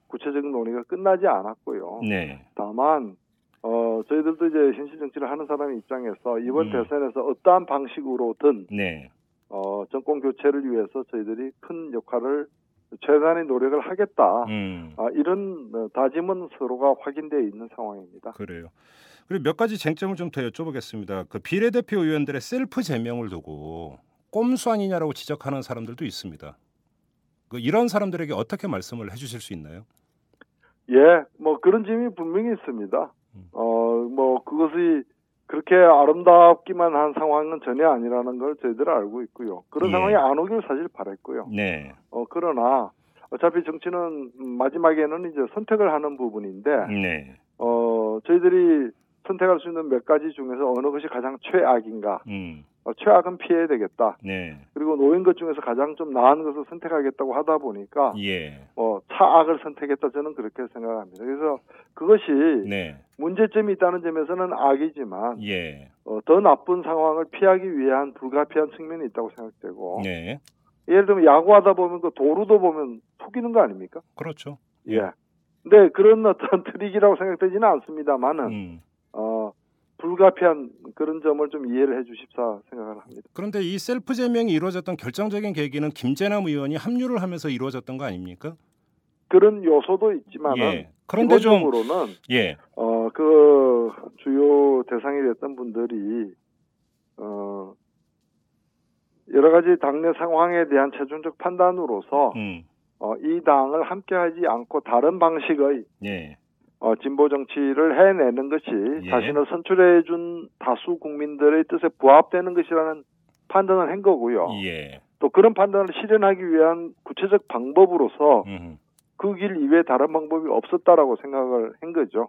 Speaker 8: 구체적인 논의가 끝나지 않았고요.
Speaker 2: 네.
Speaker 8: 다만 어 저희들도 이제 현실 정치를 하는 사람의 입장에서 이번
Speaker 2: 음.
Speaker 8: 대선에서 어떠한 방식으로든
Speaker 2: 네.
Speaker 8: 어 정권 교체를 위해서 저희들이 큰 역할을 최대한의 노력을 하겠다.
Speaker 2: 음.
Speaker 8: 아, 이런 어, 다짐은 서로가 확인되어 있는 상황입니다.
Speaker 2: 그래요. 그리고 몇 가지 쟁점을 좀 더 여쭤보겠습니다. 그 비례대표 의원들의 셀프 제명을 두고 꼼수 아니냐라고 지적하는 사람들도 있습니다. 그 이런 사람들에게 어떻게 말씀을 해주실 수 있나요?
Speaker 8: 예, 뭐 그런 점이 분명히 있습니다.
Speaker 2: 음.
Speaker 8: 어, 뭐 그것이 그렇게 아름답기만 한 상황은 전혀 아니라는 걸 저희들 알고 있고요. 그런
Speaker 2: 예.
Speaker 8: 상황이 안 오길 사실 바랬고요.
Speaker 2: 네.
Speaker 8: 어, 그러나 어차피 정치는 음, 마지막에는 이제 선택을 하는 부분인데,
Speaker 2: 네.
Speaker 8: 어, 저희들이 선택할 수 있는 몇 가지 중에서 어느 것이 가장 최악인가?
Speaker 2: 음.
Speaker 8: 어, 최악은 피해야 되겠다.
Speaker 2: 네.
Speaker 8: 그리고 노인 것 중에서 가장 좀 나은 것을 선택하겠다고 하다 보니까
Speaker 2: 예.
Speaker 8: 뭐 차악을 선택했다 저는 그렇게 생각합니다. 그래서 그것이
Speaker 2: 네.
Speaker 8: 문제점이 있다는 점에서는 악이지만
Speaker 2: 예.
Speaker 8: 어, 더 나쁜 상황을 피하기 위한 불가피한 측면이 있다고 생각되고
Speaker 2: 네.
Speaker 8: 예를 들면 야구하다 보면 그 도루도 보면 속이는 거 아닙니까?
Speaker 2: 그렇죠.
Speaker 8: 예. 근데 그런 어떤 트릭이라고 생각되지는 않습니다만은
Speaker 2: 음.
Speaker 8: 어, 불가피한 그런 점을 좀 이해를 해주십사 생각을 합니다.
Speaker 2: 그런데 이 셀프 제명이 이루어졌던 결정적인 계기는 김재남 의원이 합류를 하면서 이루어졌던 거 아닙니까?
Speaker 8: 그런 요소도 있지만은
Speaker 2: 예. 그런데 좀
Speaker 8: 기본적으로는
Speaker 2: 예.
Speaker 8: 어, 그 주요 대상이 됐던 분들이 어 여러 가지 당내 상황에 대한 최종적 판단으로서
Speaker 2: 음.
Speaker 8: 어, 이 당을 함께하지 않고 다른 방식의
Speaker 2: 예.
Speaker 8: 어, 진보 정치를 해내는 것이
Speaker 2: 예.
Speaker 8: 자신을 선출해준 다수 국민들의 뜻에 부합되는 것이라는 판단을 한 거고요.
Speaker 2: 예.
Speaker 8: 또 그런 판단을 실현하기 위한 구체적 방법으로서
Speaker 2: 음.
Speaker 8: 그 길 이외에 다른 방법이 없었다라고 생각을 한 거죠.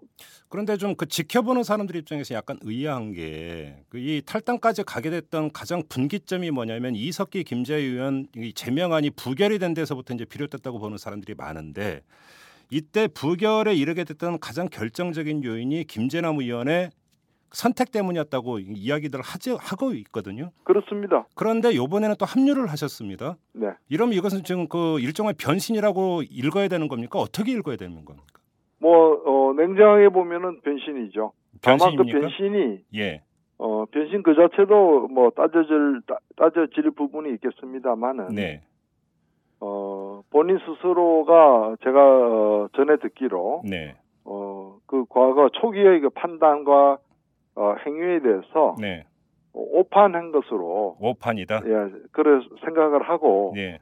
Speaker 2: 그런데 좀 그 지켜보는 사람들 입장에서 약간 의아한 게 그 이 탈당까지 가게 됐던 가장 분기점이 뭐냐면 이석기 김재희 의원 이 제명안이 부결이 된 데서부터 이제 비롯됐다고 보는 사람들이 많은데 이때 부결에 이르게 됐던 가장 결정적인 요인이 김재남 의원의 선택 때문이었다고 이- 이야기들을 하지, 하고 있거든요.
Speaker 8: 그렇습니다.
Speaker 2: 그런데 요번에는 또 합류를 하셨습니다.
Speaker 8: 네.
Speaker 2: 이러면 이것은 지금 그 일종의 변신이라고 읽어야 되는 겁니까? 어떻게 읽어야 되는 겁니까?
Speaker 8: 뭐, 어, 냉정하게 보면은 변신이죠. 다만 그
Speaker 2: 변신입니까?
Speaker 8: 변신이,
Speaker 2: 예.
Speaker 8: 어, 변신 그 자체도 뭐 따져질, 따, 따져질 부분이 있겠습니다만은,
Speaker 2: 네.
Speaker 8: 어, 본인 스스로가 제가 어, 전에 듣기로,
Speaker 2: 네.
Speaker 8: 어, 그 과거 초기의 그 판단과 어, 행위에 대해서
Speaker 2: 네.
Speaker 8: 오판한 것으로,
Speaker 2: 오판이다.
Speaker 8: 예, 그래 생각을 하고,
Speaker 2: 예.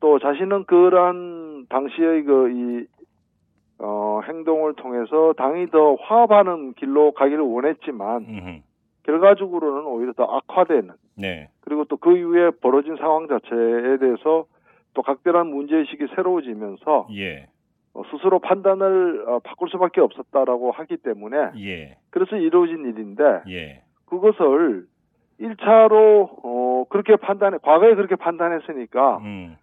Speaker 8: 또 자신은 그러한 당시의 그 이 어, 행동을 통해서 당이 더 화합하는 길로 가기를 원했지만
Speaker 2: 음흠.
Speaker 8: 결과적으로는 오히려 더 악화되는
Speaker 2: 네.
Speaker 8: 그리고 또 그 이후에 벌어진 상황 자체에 대해서 또 각별한 문제의식이 새로워지면서
Speaker 2: 예.
Speaker 8: 어, 스스로 판단을 어, 바꿀 수밖에 없었다라고 하기 때문에
Speaker 2: 예.
Speaker 8: 그래서 이루어진 일인데
Speaker 2: 예.
Speaker 8: 그것을 1차로 어, 그렇게 판단해 과거에 그렇게 판단했으니까
Speaker 2: 음.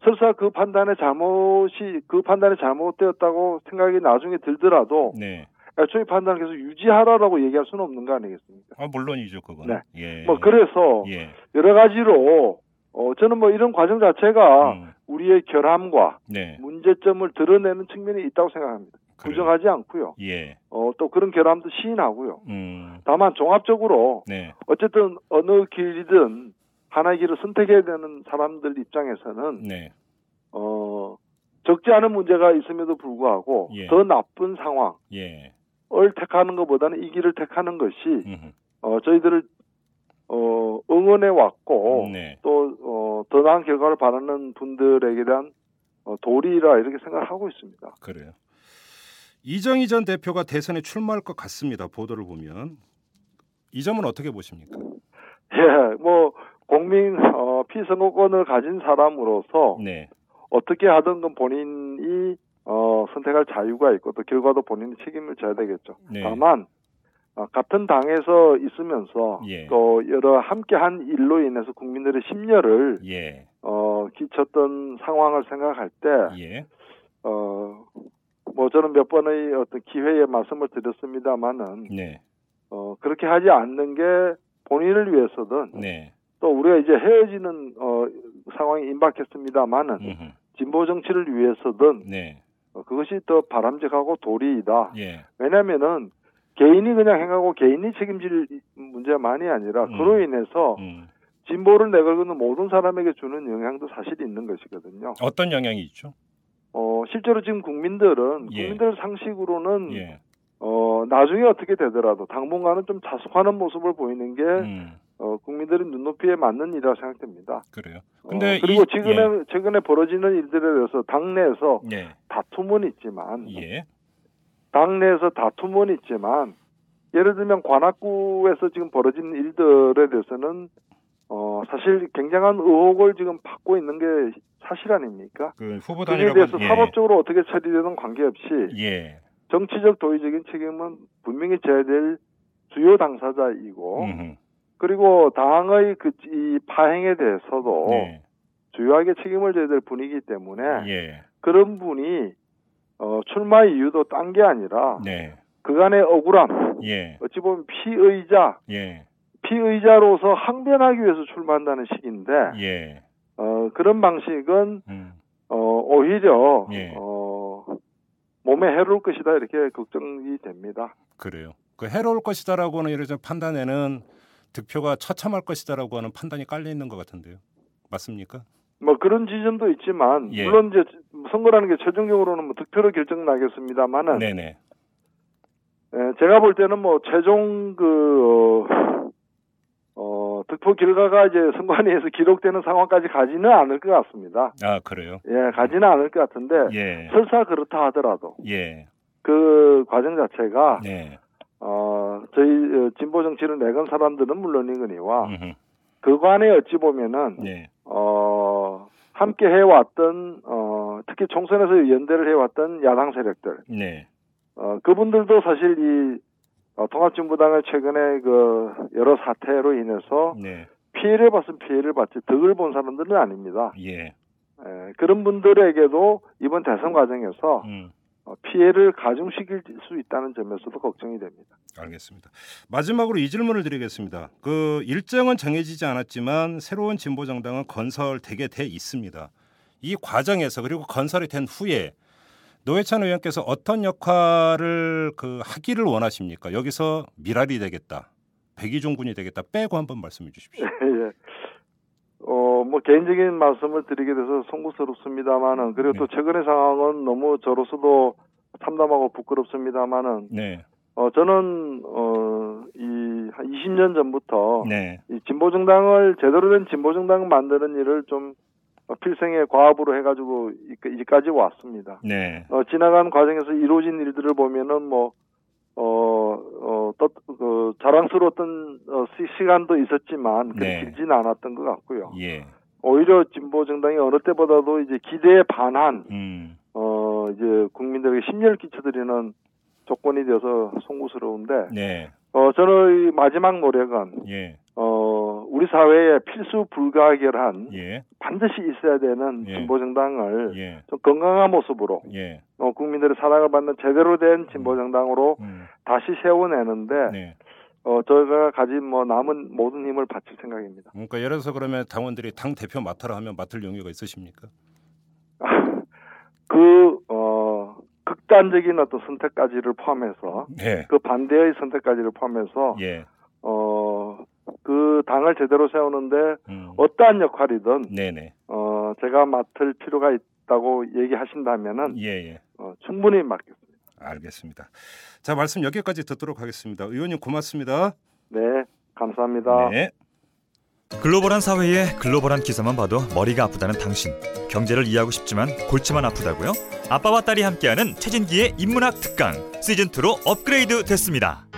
Speaker 8: 설사 그 판단의 잘못이 그 판단이 잘못되었다고 생각이 나중에 들더라도
Speaker 2: 네.
Speaker 8: 애초에 판단을 계속 유지하라라고 얘기할 수는 없는 거 아니겠습니까?
Speaker 2: 아 물론이죠 그건.
Speaker 8: 네.
Speaker 2: 예.
Speaker 8: 뭐 그래서
Speaker 2: 예.
Speaker 8: 여러 가지로 어, 저는 뭐 이런 과정 자체가
Speaker 2: 음.
Speaker 8: 우리의 결함과
Speaker 2: 네.
Speaker 8: 문제점을 드러내는 측면이 있다고 생각합니다.
Speaker 2: 그래요.
Speaker 8: 부정하지 않고요.
Speaker 2: 예.
Speaker 8: 어, 또 그런 결함도 시인하고요.
Speaker 2: 음.
Speaker 8: 다만 종합적으로
Speaker 2: 네.
Speaker 8: 어쨌든 어느 길이든 하나의 길을 선택해야 되는 사람들 입장에서는
Speaker 2: 네.
Speaker 8: 어, 적지 않은 문제가 있음에도 불구하고
Speaker 2: 예.
Speaker 8: 더 나쁜 상황을
Speaker 2: 예.
Speaker 8: 택하는 것보다는 이 길을 택하는 것이
Speaker 2: 음.
Speaker 8: 어, 저희들을 어, 응원해 왔고
Speaker 2: 네.
Speaker 8: 또 어, 더 나은 결과를 바라는 분들에게 대한 어, 도리라 이렇게 생각을 하고 있습니다.
Speaker 2: 그래요. 이정희 전 대표가 대선에 출마할 것 같습니다. 보도를 보면 이 점은 어떻게 보십니까?
Speaker 8: 예, 뭐 공민 어, 피선거권을 가진 사람으로서
Speaker 2: 네.
Speaker 8: 어떻게 하든 건 본인이 어, 선택할 자유가 있고 또 결과도 본인이 책임을 져야 되겠죠.
Speaker 2: 네.
Speaker 8: 다만 어, 같은 당에서 있으면서
Speaker 2: 예.
Speaker 8: 또 여러 함께한 일로 인해서 국민들의 심려를
Speaker 2: 예.
Speaker 8: 어, 끼쳤던 상황을 생각할 때
Speaker 2: 예.
Speaker 8: 어, 뭐 저는 몇 번의 어떤 기회에 말씀을 드렸습니다만은
Speaker 2: 네.
Speaker 8: 어, 그렇게 하지 않는 게 본인을 위해서든
Speaker 2: 네.
Speaker 8: 또 우리가 이제 헤어지는 어, 상황이 임박했습니다만은
Speaker 2: 음.
Speaker 8: 진보 정치를 위해서든
Speaker 2: 네.
Speaker 8: 어, 그것이 더 바람직하고 도리이다.
Speaker 2: 예.
Speaker 8: 왜냐면은 개인이 그냥 행하고 개인이 책임질 이- 문제만이 아니라
Speaker 2: 음.
Speaker 8: 그로 인해서
Speaker 2: 음.
Speaker 8: 진보를 내걸고는 모든 사람에게 주는 영향도 사실 있는 것이거든요.
Speaker 2: 어떤 영향이 있죠?
Speaker 8: 어, 실제로 지금 국민들은
Speaker 2: 예.
Speaker 8: 국민들 상식으로는
Speaker 2: 예.
Speaker 8: 어, 나중에 어떻게 되더라도 당분간은 좀 자숙하는 모습을 보이는 게
Speaker 2: 음.
Speaker 8: 어, 국민들의 눈높이에 맞는 일이라 고 생각됩니다.
Speaker 2: 그래요.
Speaker 8: 어,
Speaker 2: 근데
Speaker 8: 그리고
Speaker 2: 이-
Speaker 8: 최근에 최근에 벌어지는 일들에 대해서 당내에서
Speaker 2: 예.
Speaker 8: 다툼은 있지만
Speaker 2: 예.
Speaker 8: 당내에서 다툼은 있지만 예를 들면 관악구에서 지금 벌어진 일들에 대해서는 어, 사실 굉장한 의혹을 지금 받고 있는 게 사실 아닙니까?
Speaker 2: 그 후보
Speaker 8: 그에
Speaker 2: 단위라고
Speaker 8: 대해서 사법적으로 어떻게 처리되는 관계없이
Speaker 2: 예. 예.
Speaker 8: 정치적 도의적인 책임은 분명히 져야 될 주요 당사자이고
Speaker 2: 음.
Speaker 8: 그리고 당의 그 이 파행에 대해서도
Speaker 2: 네.
Speaker 8: 주요하게 책임을 져야 될 분이기 때문에
Speaker 2: 예.
Speaker 8: 그런 분이 어, 출마 이유도 딴 게 아니라
Speaker 2: 네.
Speaker 8: 그간의 억울함
Speaker 2: 예.
Speaker 8: 어찌 보면 피의자
Speaker 2: 예.
Speaker 8: 피의자로서 항변하기 위해서 출마한다는 식인데
Speaker 2: 예.
Speaker 8: 어, 그런 방식은
Speaker 2: 음.
Speaker 8: 어, 오히려
Speaker 2: 예.
Speaker 8: 어, 몸에 해로울 것이다 이렇게 걱정이 됩니다.
Speaker 2: 그래요. 그 해로울 것이다라고는 예를 들어 판단에는 득표가 처참할 것이다라고 하는 판단이 깔려 있는 것 같은데요. 맞습니까?
Speaker 8: 뭐 그런 지점도 있지만
Speaker 2: 예.
Speaker 8: 물론 이제 선거라는 게 최종적으로는 뭐 득표로 결정 나겠습니다만은
Speaker 2: 네, 네.
Speaker 8: 예, 제가 볼 때는 뭐 최종 그 어, 어, 득표 결과가 이제 선관위에서 기록되는 상황까지 가지는 않을 것 같습니다.
Speaker 2: 아, 그래요.
Speaker 8: 예, 가지는 않을 것 같은데
Speaker 2: 예.
Speaker 8: 설사 그렇다 하더라도
Speaker 2: 예.
Speaker 8: 그 과정 자체가
Speaker 2: 네.
Speaker 8: 어, 저희 어, 진보 정치를 내건 사람들은 물론이거니와
Speaker 2: 음흠.
Speaker 8: 그간에 어찌 보면은
Speaker 2: 네.
Speaker 8: 어, 함께 해왔던, 어, 특히 총선에서 연대를 해왔던 야당 세력들,
Speaker 2: 네.
Speaker 8: 어, 그분들도 사실 이 어, 통합진보당을 최근에 그 여러 사태로 인해서
Speaker 2: 네.
Speaker 8: 피해를 봤으면 피해를 받지 덕을 본 사람들은 아닙니다.
Speaker 2: 예.
Speaker 8: 에, 그런 분들에게도 이번 대선 과정에서
Speaker 2: 음.
Speaker 8: 어, 피해를 가중시킬 수 있다는 점에서도 걱정이 됩니다.
Speaker 2: 알겠습니다. 마지막으로 이 질문을 드리겠습니다. 그 일정은 정해지지 않았지만 새로운 진보 정당은 건설되게 돼 있습니다. 이 과정에서 그리고 건설이 된 후에 노회찬 의원께서 어떤 역할을 그 하기를 원하십니까? 여기서 미랄이 되겠다, 백이종 군이 되겠다 빼고 한번 말씀해 주십시오.
Speaker 8: 예. 어, 뭐, 개인적인 말씀을 드리게 돼서 송구스럽습니다만은, 그리고 또 최근의 상황은 너무 저로서도 참담하고 부끄럽습니다만은,
Speaker 2: 네,
Speaker 8: 어, 저는, 어, 이, 한 20년 전부터,
Speaker 2: 네,
Speaker 8: 이 진보정당을, 제대로 된 진보정당 만드는 일을 좀, 어, 필생의 과업으로 해가지고, 이- 이까지 왔습니다.
Speaker 2: 네,
Speaker 8: 어, 지나간 과정에서 이루어진 일들을 보면은 뭐, 어, 어, 더, 그, 자랑스러웠던 어, 시, 시간도 있었지만 그렇게
Speaker 2: 네.
Speaker 8: 길지는 않았던 것 같고요.
Speaker 2: 예.
Speaker 8: 오히려 진보 정당이 어느 때보다도 이제 기대에 반한
Speaker 2: 음.
Speaker 8: 어 이제 국민들에게 심려를 끼쳐드리는 조건이 되어서 송구스러운데
Speaker 2: 네.
Speaker 8: 어 저는 이 마지막 노력은
Speaker 2: 예.
Speaker 8: 어 우리 사회에 필수 불가결한
Speaker 2: 예.
Speaker 8: 반드시 있어야 되는
Speaker 2: 예.
Speaker 8: 진보 정당을
Speaker 2: 예.
Speaker 8: 좀 건강한 모습으로
Speaker 2: 예.
Speaker 8: 어, 국민들의 사랑을 받는 제대로 된 진보 정당으로
Speaker 2: 음.
Speaker 8: 다시 세워내는데
Speaker 2: 네.
Speaker 8: 어 저희가 가진 뭐 남은 모든 힘을 바칠 생각입니다.
Speaker 2: 그러니까 예를 들어서 그러면 당원들이 당 대표 맡아라 하면 맡을 용의가 있으십니까?
Speaker 8: 그, 그어 극단적인 어떤 선택까지를 포함해서
Speaker 2: 예.
Speaker 8: 그 반대의 선택까지를 포함해서
Speaker 2: 예.
Speaker 8: 어, 그 당을 제대로 세우는데
Speaker 2: 음.
Speaker 8: 어떠한 역할이든
Speaker 2: 네네.
Speaker 8: 어, 제가 맡을 필요가 있다고 얘기하신다면은
Speaker 2: 예. 예.
Speaker 8: 어, 충분히 맡겠습니다.
Speaker 2: 알겠습니다. 자 말씀 여기까지 듣도록 하겠습니다. 의원님 고맙습니다.
Speaker 8: 네, 감사합니다.
Speaker 2: 네.
Speaker 9: 글로벌한 사회에 글로벌한 기사만 봐도 머리가 아프다는 당신. 경제를 이해하고 싶지만 골치만 아프다고요? 아빠와 딸이 함께하는 최진기의 인문학 특강 시즌 2로 업그레이드 됐습니다.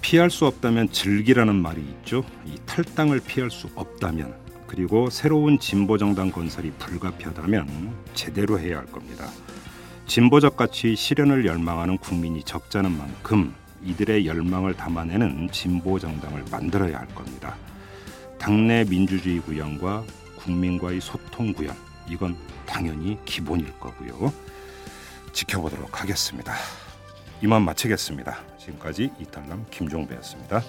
Speaker 2: 피할 수 없다면 즐기라는 말이 있죠. 이 탈당을 피할 수 없다면 그리고 새로운 진보 정당 건설이 불가피하다면 제대로 해야 할 겁니다. 진보적 가치 실현을 열망하는 국민이 적자는 만큼 이들의 열망을 담아내는 진보 정당을 만들어야 할 겁니다. 당내 민주주의 구현과 국민과의 소통 구현 이건 당연히 기본일 거고요. 지켜보도록 하겠습니다. 이만 마치겠습니다. 지금까지 이탈남 김종배였습니다.